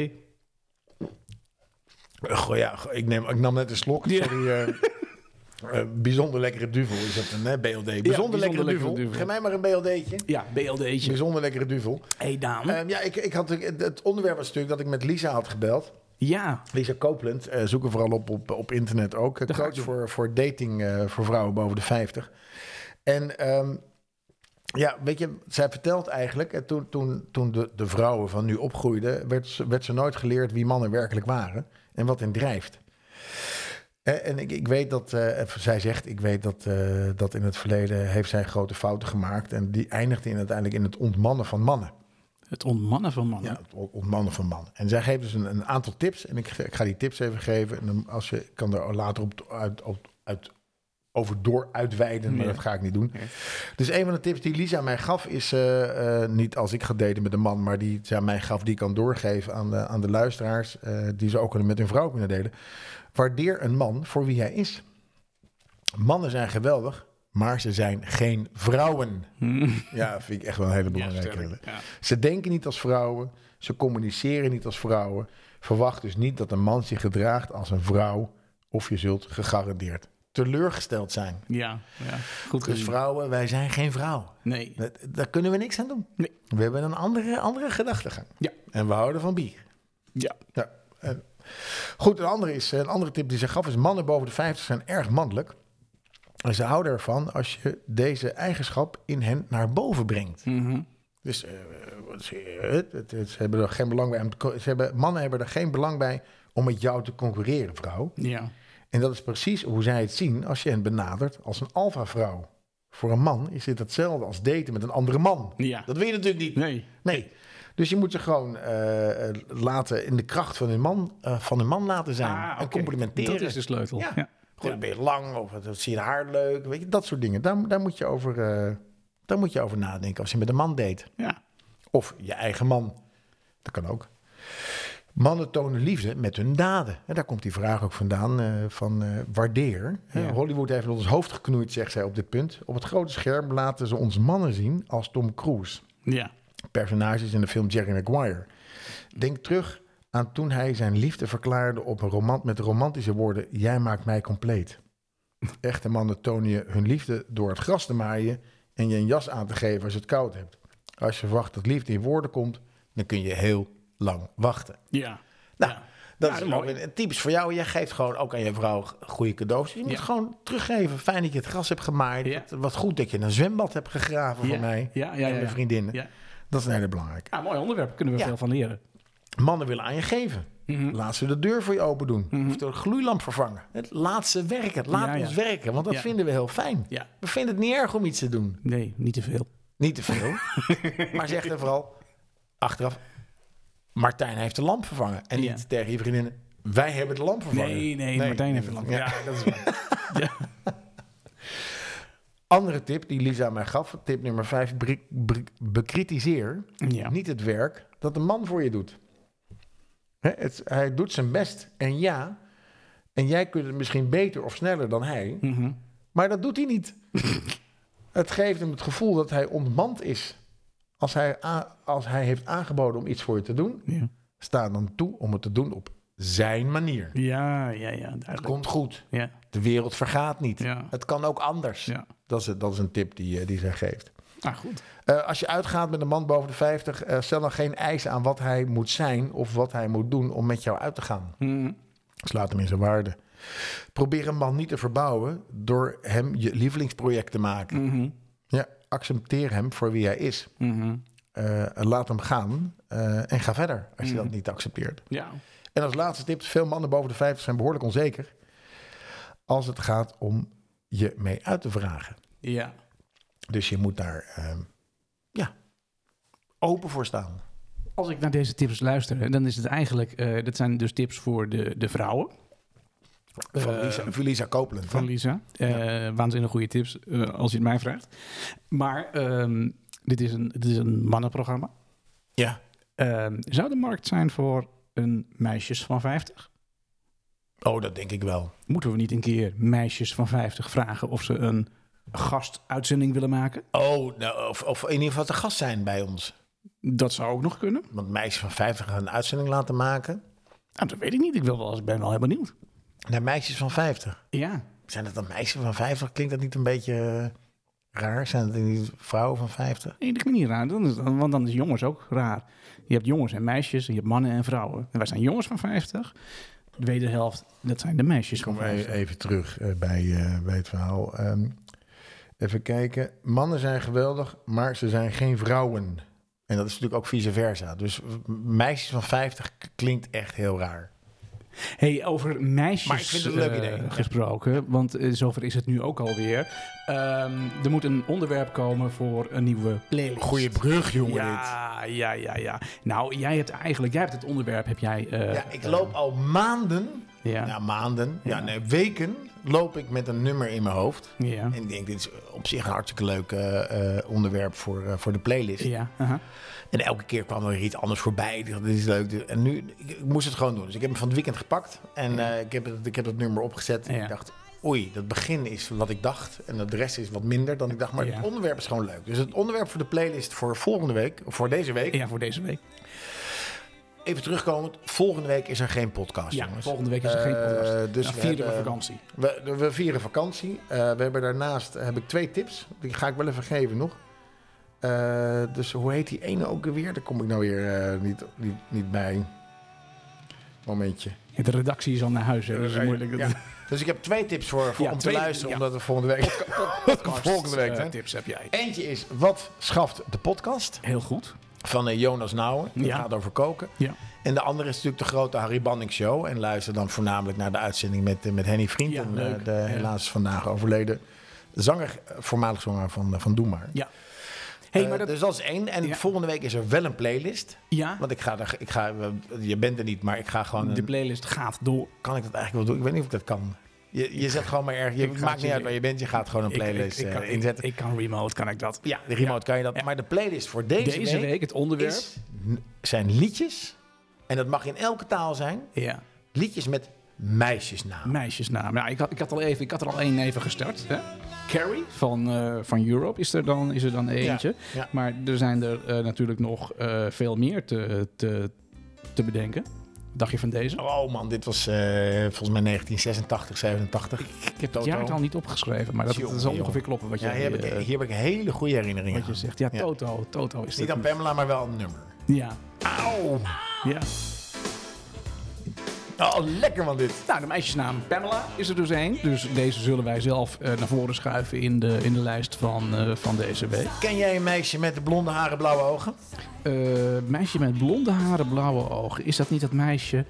B: [laughs] Goh, ja, goh, ik, neem, ik nam net een slok.
A: Ja.
B: Sorry,
A: [laughs]
B: eh, eh, bijzonder lekkere duvel is dat een hè, BLD. Bijzonder,
A: bijzonder
B: lekkere,
A: lekkere
B: duvel.
A: duvel.
B: Geef mij maar een BLD'tje.
A: Ja, BLD'tje.
B: Bijzonder lekkere duvel.
A: Hé, hey, Daan.
B: Ehm, ja, ik, ik had, het het onderwerp was natuurlijk dat ik met Lisa had gebeld.
A: ja.
B: Lisa Copeland, eh zoeken vooral op, op, op internet ook. Eh,
A: Dat ga ik
B: coach
A: doen.
B: voor, voor dating eh, voor vrouwen boven de 50. En ehm, ja, weet je, zij vertelt eigenlijk... eh, toen, toen, toen de, de vrouwen van nu opgroeiden... Werd, ze- werd ze nooit geleerd wie mannen werkelijk waren en wat hen drijft. Eh, En ik, ik weet dat, eh, eh, zij zegt, ik weet dat, eh, dat in het verleden heeft zij grote fouten gemaakt. En die eindigde in uiteindelijk in het ontmannen van mannen.
A: Het ontmannen van mannen.
B: Ja, het ontmannen van man. En zij geeft dus een, een aantal tips. En ik, ik ga die tips even geven. En dan, als je kan er later op, uit, op- uit, over door uitweiden. Maar
A: Ja.
B: dat ga ik niet doen.
A: Oké.
B: Dus een van de tips die Lisa mij gaf is... eh, eh, niet als ik ga daten met een man, maar die zij mij gaf... die ik kan doorgeven aan de, aan de luisteraars... eh, die ze ook kunnen met hun vrouw kunnen delen. Waardeer een man voor wie hij is. Mannen zijn geweldig, maar ze zijn geen vrouwen. Ja, vind ik echt wel een hele belangrijke.
A: Hmm. Ja.
B: Ze denken niet als vrouwen, ze communiceren niet als vrouwen. Verwacht dus niet dat een man zich gedraagt als een vrouw, of je zult gegarandeerd teleurgesteld zijn.
A: ja, ja. Goed
B: Dus
A: gezien.
B: vrouwen, wij zijn geen vrouw.
A: Nee.
B: Dat- Daar kunnen we niks aan doen.
A: Nee.
B: We hebben een andere, andere gedachtegang.
A: Ja.
B: En we houden van bier.
A: Ja.
B: Ja. En goed, een andere, is, een andere tip die ze gaf is... mannen boven de 50 zijn erg mannelijk. En ze houden ervan als je deze eigenschap in hen naar boven brengt.
A: Mhm.
B: Dus eh, wat is- eh, het- het- het- ze hebben er geen belang bij. om te co- Ze hebben, mannen hebben er geen belang bij om met jou te concurreren, vrouw.
A: Ja.
B: En dat is precies hoe zij het zien als je hen benadert als een alfa-vrouw. Voor een man is dit hetzelfde als daten met een andere man.
A: Ja.
B: Dat wil je natuurlijk niet.
A: Nee.
B: Nee. Dus je moet ze gewoon eh, eh, laten in de kracht van hun man, eh, van hun man laten zijn.
A: Ah,
B: En
A: oké.
B: complimenteren.
A: Dat is de sleutel.
B: Ja.
A: Ja.
B: Goed, ben je lang of wat- wat zie je haar leuk? Weet je, dat soort dingen. Daar, daar, moet je over, eh, daar moet je over nadenken als je met een man date.
A: Ja.
B: Of je eigen man. Dat kan ook. Mannen tonen liefde met hun daden. En daar komt die vraag ook vandaan eh, van eh, waardeer. Hè,
A: Ja.
B: Hollywood heeft ons hoofd geknoeid, zegt zij op dit punt. Op het grote scherm laten ze ons mannen zien als Tom Cruise.
A: Ja.
B: Personages in de film Jerry Maguire. Denk terug aan toen hij zijn liefde verklaarde op een roman met de romantische woorden... Jij maakt mij compleet. Echte mannen tonen je hun liefde door het gras te maaien... en je een jas aan te geven als je het koud hebt. Als je verwacht dat liefde in woorden komt, dan kun je heel lang wachten.
A: Ja.
B: Nou,
A: Ja.
B: dat
A: Ja,
B: is
A: mooi.
B: mooi. Een typisch voor jou. Jij geeft gewoon ook aan je vrouw goede cadeaus. Je moet
A: Ja.
B: gewoon teruggeven. Fijn dat je het gras hebt gemaaid.
A: Ja.
B: Wat- Wat goed dat je een zwembad hebt gegraven
A: Ja.
B: voor mij
A: Ja, ja, ja,
B: en mijn
A: ja.
B: vriendinnen.
A: Ja.
B: Dat is een hele belangrijke.
A: Ah, mooi onderwerp. Kunnen we
B: Ja.
A: veel van leren.
B: Mannen willen aan je geven.
A: Mhm.
B: Laat ze de deur voor je open doen. Of de gloeilamp vervangen. Het, laat ze werken. Laat
A: Ja, Mhm. ja.
B: ons werken. Want dat
A: Ja.
B: vinden we heel fijn.
A: Ja.
B: We vinden het niet erg om iets te doen.
A: Nee, niet te veel.
B: Niet te
A: [laughs]
B: veel. maar zeg dan vooral achteraf. Martijn heeft de lamp vervangen. En
A: Ja.
B: niet tegen je vriendinnen. Wij hebben de lamp vervangen.
A: Nee, nee, Martijn heeft een lamp.
B: Ja.
A: Ja, dat is waar.
B: Andere tip die Lisa mij gaf. Tip nummer vijf. bri- bri- bekritiseer
A: Ja.
B: niet het werk dat een man voor je doet. Hè, het, hij doet zijn best. En ja, en jij kunt het misschien beter of sneller dan hij.
A: Mhm. [laughs]
B: Maar dat doet hij niet. het geeft hem het gevoel dat hij ontmand is. Als hij, a- als hij heeft aangeboden om iets voor je te doen,
A: Ja,
B: sta dan toe om het te doen op zijn manier.
A: ja, ja, ja
B: Het
A: duidelijk.
B: komt goed.
A: Ja,
B: De wereld vergaat niet.
A: Ja.
B: Het kan ook anders.
A: ja.
B: Dat, is, dat is een tip die, eh, die zij geeft.
A: Ah, goed.
B: Eh, als je uitgaat met een man boven de 50, eh, stel dan geen eisen aan wat hij moet zijn of wat hij moet doen om met jou uit te gaan.
A: Hm.
B: Slaat hem in zijn waarde. Probeer een man niet te verbouwen door hem je lievelingsproject te maken.
A: Mhm.
B: Ja, accepteer hem voor wie hij is.
A: Mhm.
B: Eh, laat hem gaan eh, en ga verder
A: Mhm.
B: als je dat niet accepteert.
A: Ja.
B: En als laatste tip, veel mannen boven de 50 zijn behoorlijk onzeker als het gaat om je mee uit te vragen.
A: Ja.
B: Dus je moet daar eh, ja, open voor staan.
A: Als ik naar deze tips luister, hè, dan is het eigenlijk... eh dat zijn dus tips voor de, de vrouwen
B: Van
A: Eh,
B: Lisa, van Lisa Copeland.
A: van
B: hè?
A: Lisa. Eh Waanzinnig goede tips, eh, als je het mij vraagt. Maar ehm, dit, is een, dit is een mannenprogramma.
B: Ja.
A: Ehm, zou de markt zijn voor een meisjes van 50?
B: Oh, dat denk ik wel.
A: Moeten we niet een keer meisjes van 50 vragen of ze een gastuitzending willen maken?
B: Oh, nou, of, of in ieder geval te gast zijn bij ons.
A: Dat zou ook nog kunnen.
B: Want meisjes van 50 gaan een uitzending laten maken.
A: Nou, dat weet ik niet. Ik wil wel, eens- ben wel heel benieuwd.
B: Naar meisjes van 50.
A: Ja.
B: Zijn dat dan meisjes van 50? Klinkt dat niet een beetje eh, raar? Zijn dat niet vrouwen van 50?
A: Nee, dat klinkt niet raar. Dan is, want dan is jongens ook raar. Je hebt jongens en meisjes, en je hebt mannen en vrouwen. En wij zijn jongens van 50. De wederhelft, dat zijn de meisjes van 50.
B: even terug eh, bij, eh, bij het verhaal. Ehm, even kijken. Mannen zijn geweldig, maar ze zijn geen vrouwen. En dat is natuurlijk ook vice versa. Dus m- meisjes van 50 k- klinkt echt heel raar.
A: Hey, over meisjes
B: Maar ik vind het een leuk
A: eh,
B: idee, ja.
A: gesproken, want eh, zover is het nu ook alweer. Ehm, er moet een onderwerp komen voor een nieuwe playlist.
B: Goeie brug, jongen, dit.
A: ja, ja, ja, ja. Nou, jij hebt eigenlijk, jij hebt het onderwerp, heb jij... eh,
B: Ja, ik loop al maanden
A: Ja,
B: Ja, maanden. Ja, nee, weken loop ik met een nummer in mijn hoofd.
A: ja,
B: En ik denk, dit is op zich een hartstikke leuk eh, eh, onderwerp voor, eh, voor de playlist.
A: ja. uh-huh. aha.
B: En elke keer kwam er weer iets anders voorbij. Ik dacht, dit is leuk. En nu, ik, ik moest het gewoon doen. Dus ik heb hem van het weekend gepakt. En eh, ik, heb het, ik heb dat nummer opgezet. En
A: Ja.
B: ik dacht, oei, dat begin is wat ik dacht. En dat de rest is wat minder dan ik dacht. Maar
A: Ja.
B: het onderwerp is gewoon leuk. Dus het onderwerp voor de playlist voor volgende week, voor deze week.
A: ja, voor deze week.
B: Even terugkomend, volgende week is er geen podcast,
A: Ja,
B: jongens.
A: volgende week is er geen
B: Eh,
A: podcast.
B: dus
A: Dus
B: we
A: vieren we
B: hebben-
A: vakantie.
B: We, we vieren vakantie. Eh, we hebben daarnaast heb ik twee tips. Die ga ik wel even geven nog. Eh, dus hoe heet die ene ook weer? Daar kom ik nou weer eh, niet, niet, niet bij. Momentje. Eh,
A: Ja, de redactie is al naar huis, hè, dus het is moeilijk. [laughs]
B: Ja. Dus ik heb twee tips voor, voor
A: Ja,
B: om
A: twee-
B: te luisteren,
A: ja.
B: omdat we volgende week. [laughs] volgende week,
A: eh,
B: hè?
A: tips heb jij.
B: Eentje is wat schaft de podcast
A: Heel goed.
B: van eh, Jonas Nouwen. Dat
A: Ja.
B: gaat over koken.
A: Ja.
B: En de andere is natuurlijk de grote Harry Banning Show. En luister dan voornamelijk naar de uitzending met, eh, met Henny Vriend.
A: Ja,
B: en, eh,
A: leuk.
B: de
A: Ja.
B: helaas vandaag overleden zanger, eh, voormalig zanger van, eh, van Doe Maar.
A: Ja. Hey,
B: Eh,
A: maar dat,
B: Dus dat is één. En
A: Ja.
B: volgende week is er wel een playlist.
A: ja,
B: Want ik ga, er, ik ga eh, je bent er niet, maar ik ga gewoon.
A: de
B: een-
A: playlist gaat door.
B: kan ik dat eigenlijk wel doen? Ik weet niet of ik dat kan. Je, je zet gewoon maar erg. Je
A: ik ga het
B: maakt niet
A: je-
B: uit waar je bent. Je gaat gewoon een playlist
A: ik, ik, ik,
B: eh,
A: kan, ik,
B: inzetten.
A: ik kan remote, kan ik dat.
B: ja, de remote kan je dat. Maar de playlist voor deze,
A: Deze, week, het onderwerp.
B: is, n- zijn liedjes. En dat mag in elke taal zijn.
A: Ja,
B: Liedjes met meisjesnamen.
A: meisjesnaam. Ja, ik, had, ik, had al even, ik had er al één even gestart. Hè? Carrie van, eh, van Europe is er dan, is er dan eentje.
B: ja.
A: Maar er zijn er eh, natuurlijk nog eh, veel meer te, te, te bedenken. Dacht je van deze?
B: Oh man, dit was eh, volgens mij 1986, 87.
A: ik heb het
B: Toto.
A: jaartal niet opgeschreven, maar dat, dat
B: Jongen,
A: zal
B: jongen.
A: ongeveer kloppen wat
B: Ja,
A: jij
B: hier heb,
A: eh,
B: ik, hier heb ik hele goede herinneringen
A: wat je
B: aan.
A: zegt. Ja,
B: Ja.
A: Toto, Toto is dus.
B: Niet
A: dat.
B: aan Pamela, maar wel een nummer.
A: Ja,
B: Auw!
A: ja.
B: Oh, lekker man dit.
A: Nou, de meisjesnaam Pamela is er dus één. Dus deze zullen wij zelf eh, naar voren schuiven in de, in de lijst van, eh, van deze week.
B: Ken jij een meisje met de blonde haren, blauwe ogen?
A: Eh, meisje met blonde haren, blauwe ogen. Is dat niet dat meisje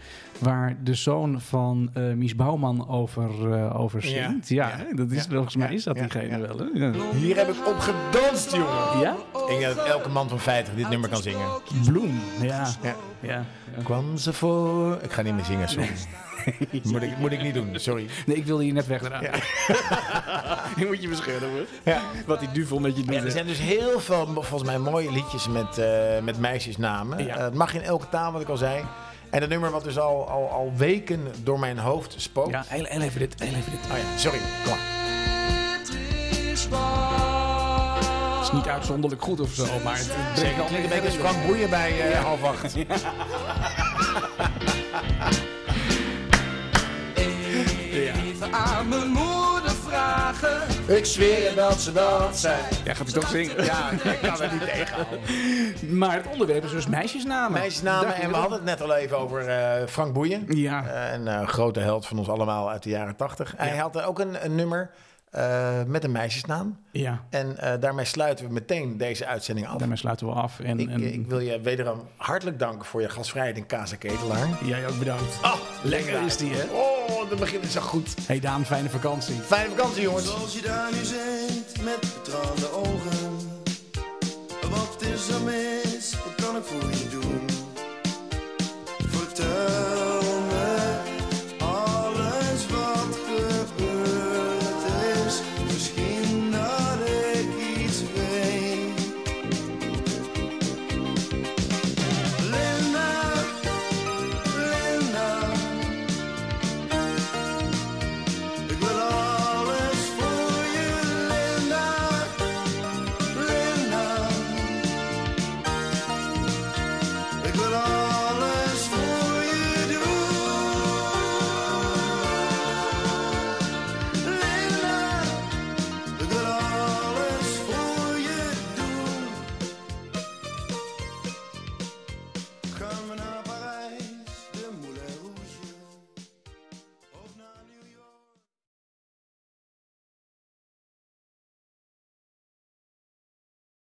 A: waar de zoon van eh Mies Bouwman over, eh over
B: Ja.
A: zingt? Ja,
B: Ja.
A: hè? dat is,
B: Ja.
A: volgens mij is dat
B: Ja.
A: diegene
B: Ja.
A: wel. Hè? Ja.
B: Hier heb ik op gedanst, jongen.
A: Ja?
B: Ik denk dat elke man van 50 dit nummer kan zingen.
A: Bloem. Ja.
B: Ja.
A: Ja. ja.
B: Kwam ze voor... Ik ga niet meer zingen, sorry. [laughs] Moet ik, moet ik niet doen, sorry.
A: Nee, ik wilde je net wegdragen. [laughs] Je moet je beschermen hoor.
B: Ja.
A: Wat die duvel met je doet.
B: Ja, er
A: hè.
B: zijn dus heel veel, volgens mij, mooie liedjes met, eh, met meisjesnamen.
A: Ja.
B: Eh, het mag in elke taal, wat ik al zei. En dat nummer wat dus al, al, al weken door mijn hoofd Oh spookt.
A: Ja, heel, heel even dit, heel even dit.
B: Oh ja, sorry. Kom maar.
A: Is niet uitzonderlijk goed of zo, maar het het brengt wel
B: Klinkt een beetje als
A: erin.
B: Frank Boeien bij eh half acht.
E: Even aan mijn moeder vragen.
B: Ik zweer je dat ze dat zijn.
A: Ja, gaat hij toch zingen.
B: Ja, ik kan
A: [laughs]
B: er niet tegen.
A: Maar het onderwerp is dus meisjesnamen.
B: Meisjesnamen,
A: Daar
B: en we hadden het net al even over eh, Frank Boeien.
A: Ja.
B: Eh, een eh, grote held van ons allemaal uit de jaren tachtig. Hij had ook een, een nummer eh, met een meisjesnaam.
A: Ja,
B: En eh, daarmee sluiten we meteen deze uitzending af.
A: daarmee sluiten we af. En,
B: Ik,
A: en,
B: eh, ik wil je wederom hartelijk danken voor je gastvrijheid in Kaas en Ketelaar.
A: Jij ook bedankt.
B: Ah,
A: lekker is die, hè?
B: Oh, de begin is zo goed.
A: Hey Daan, fijne vakantie.
B: Fijne vakantie, jongens.
F: Zoals je daar nu zit met betraande ogen. Wat is er mis? Wat kan ik voor je doen? Vertel.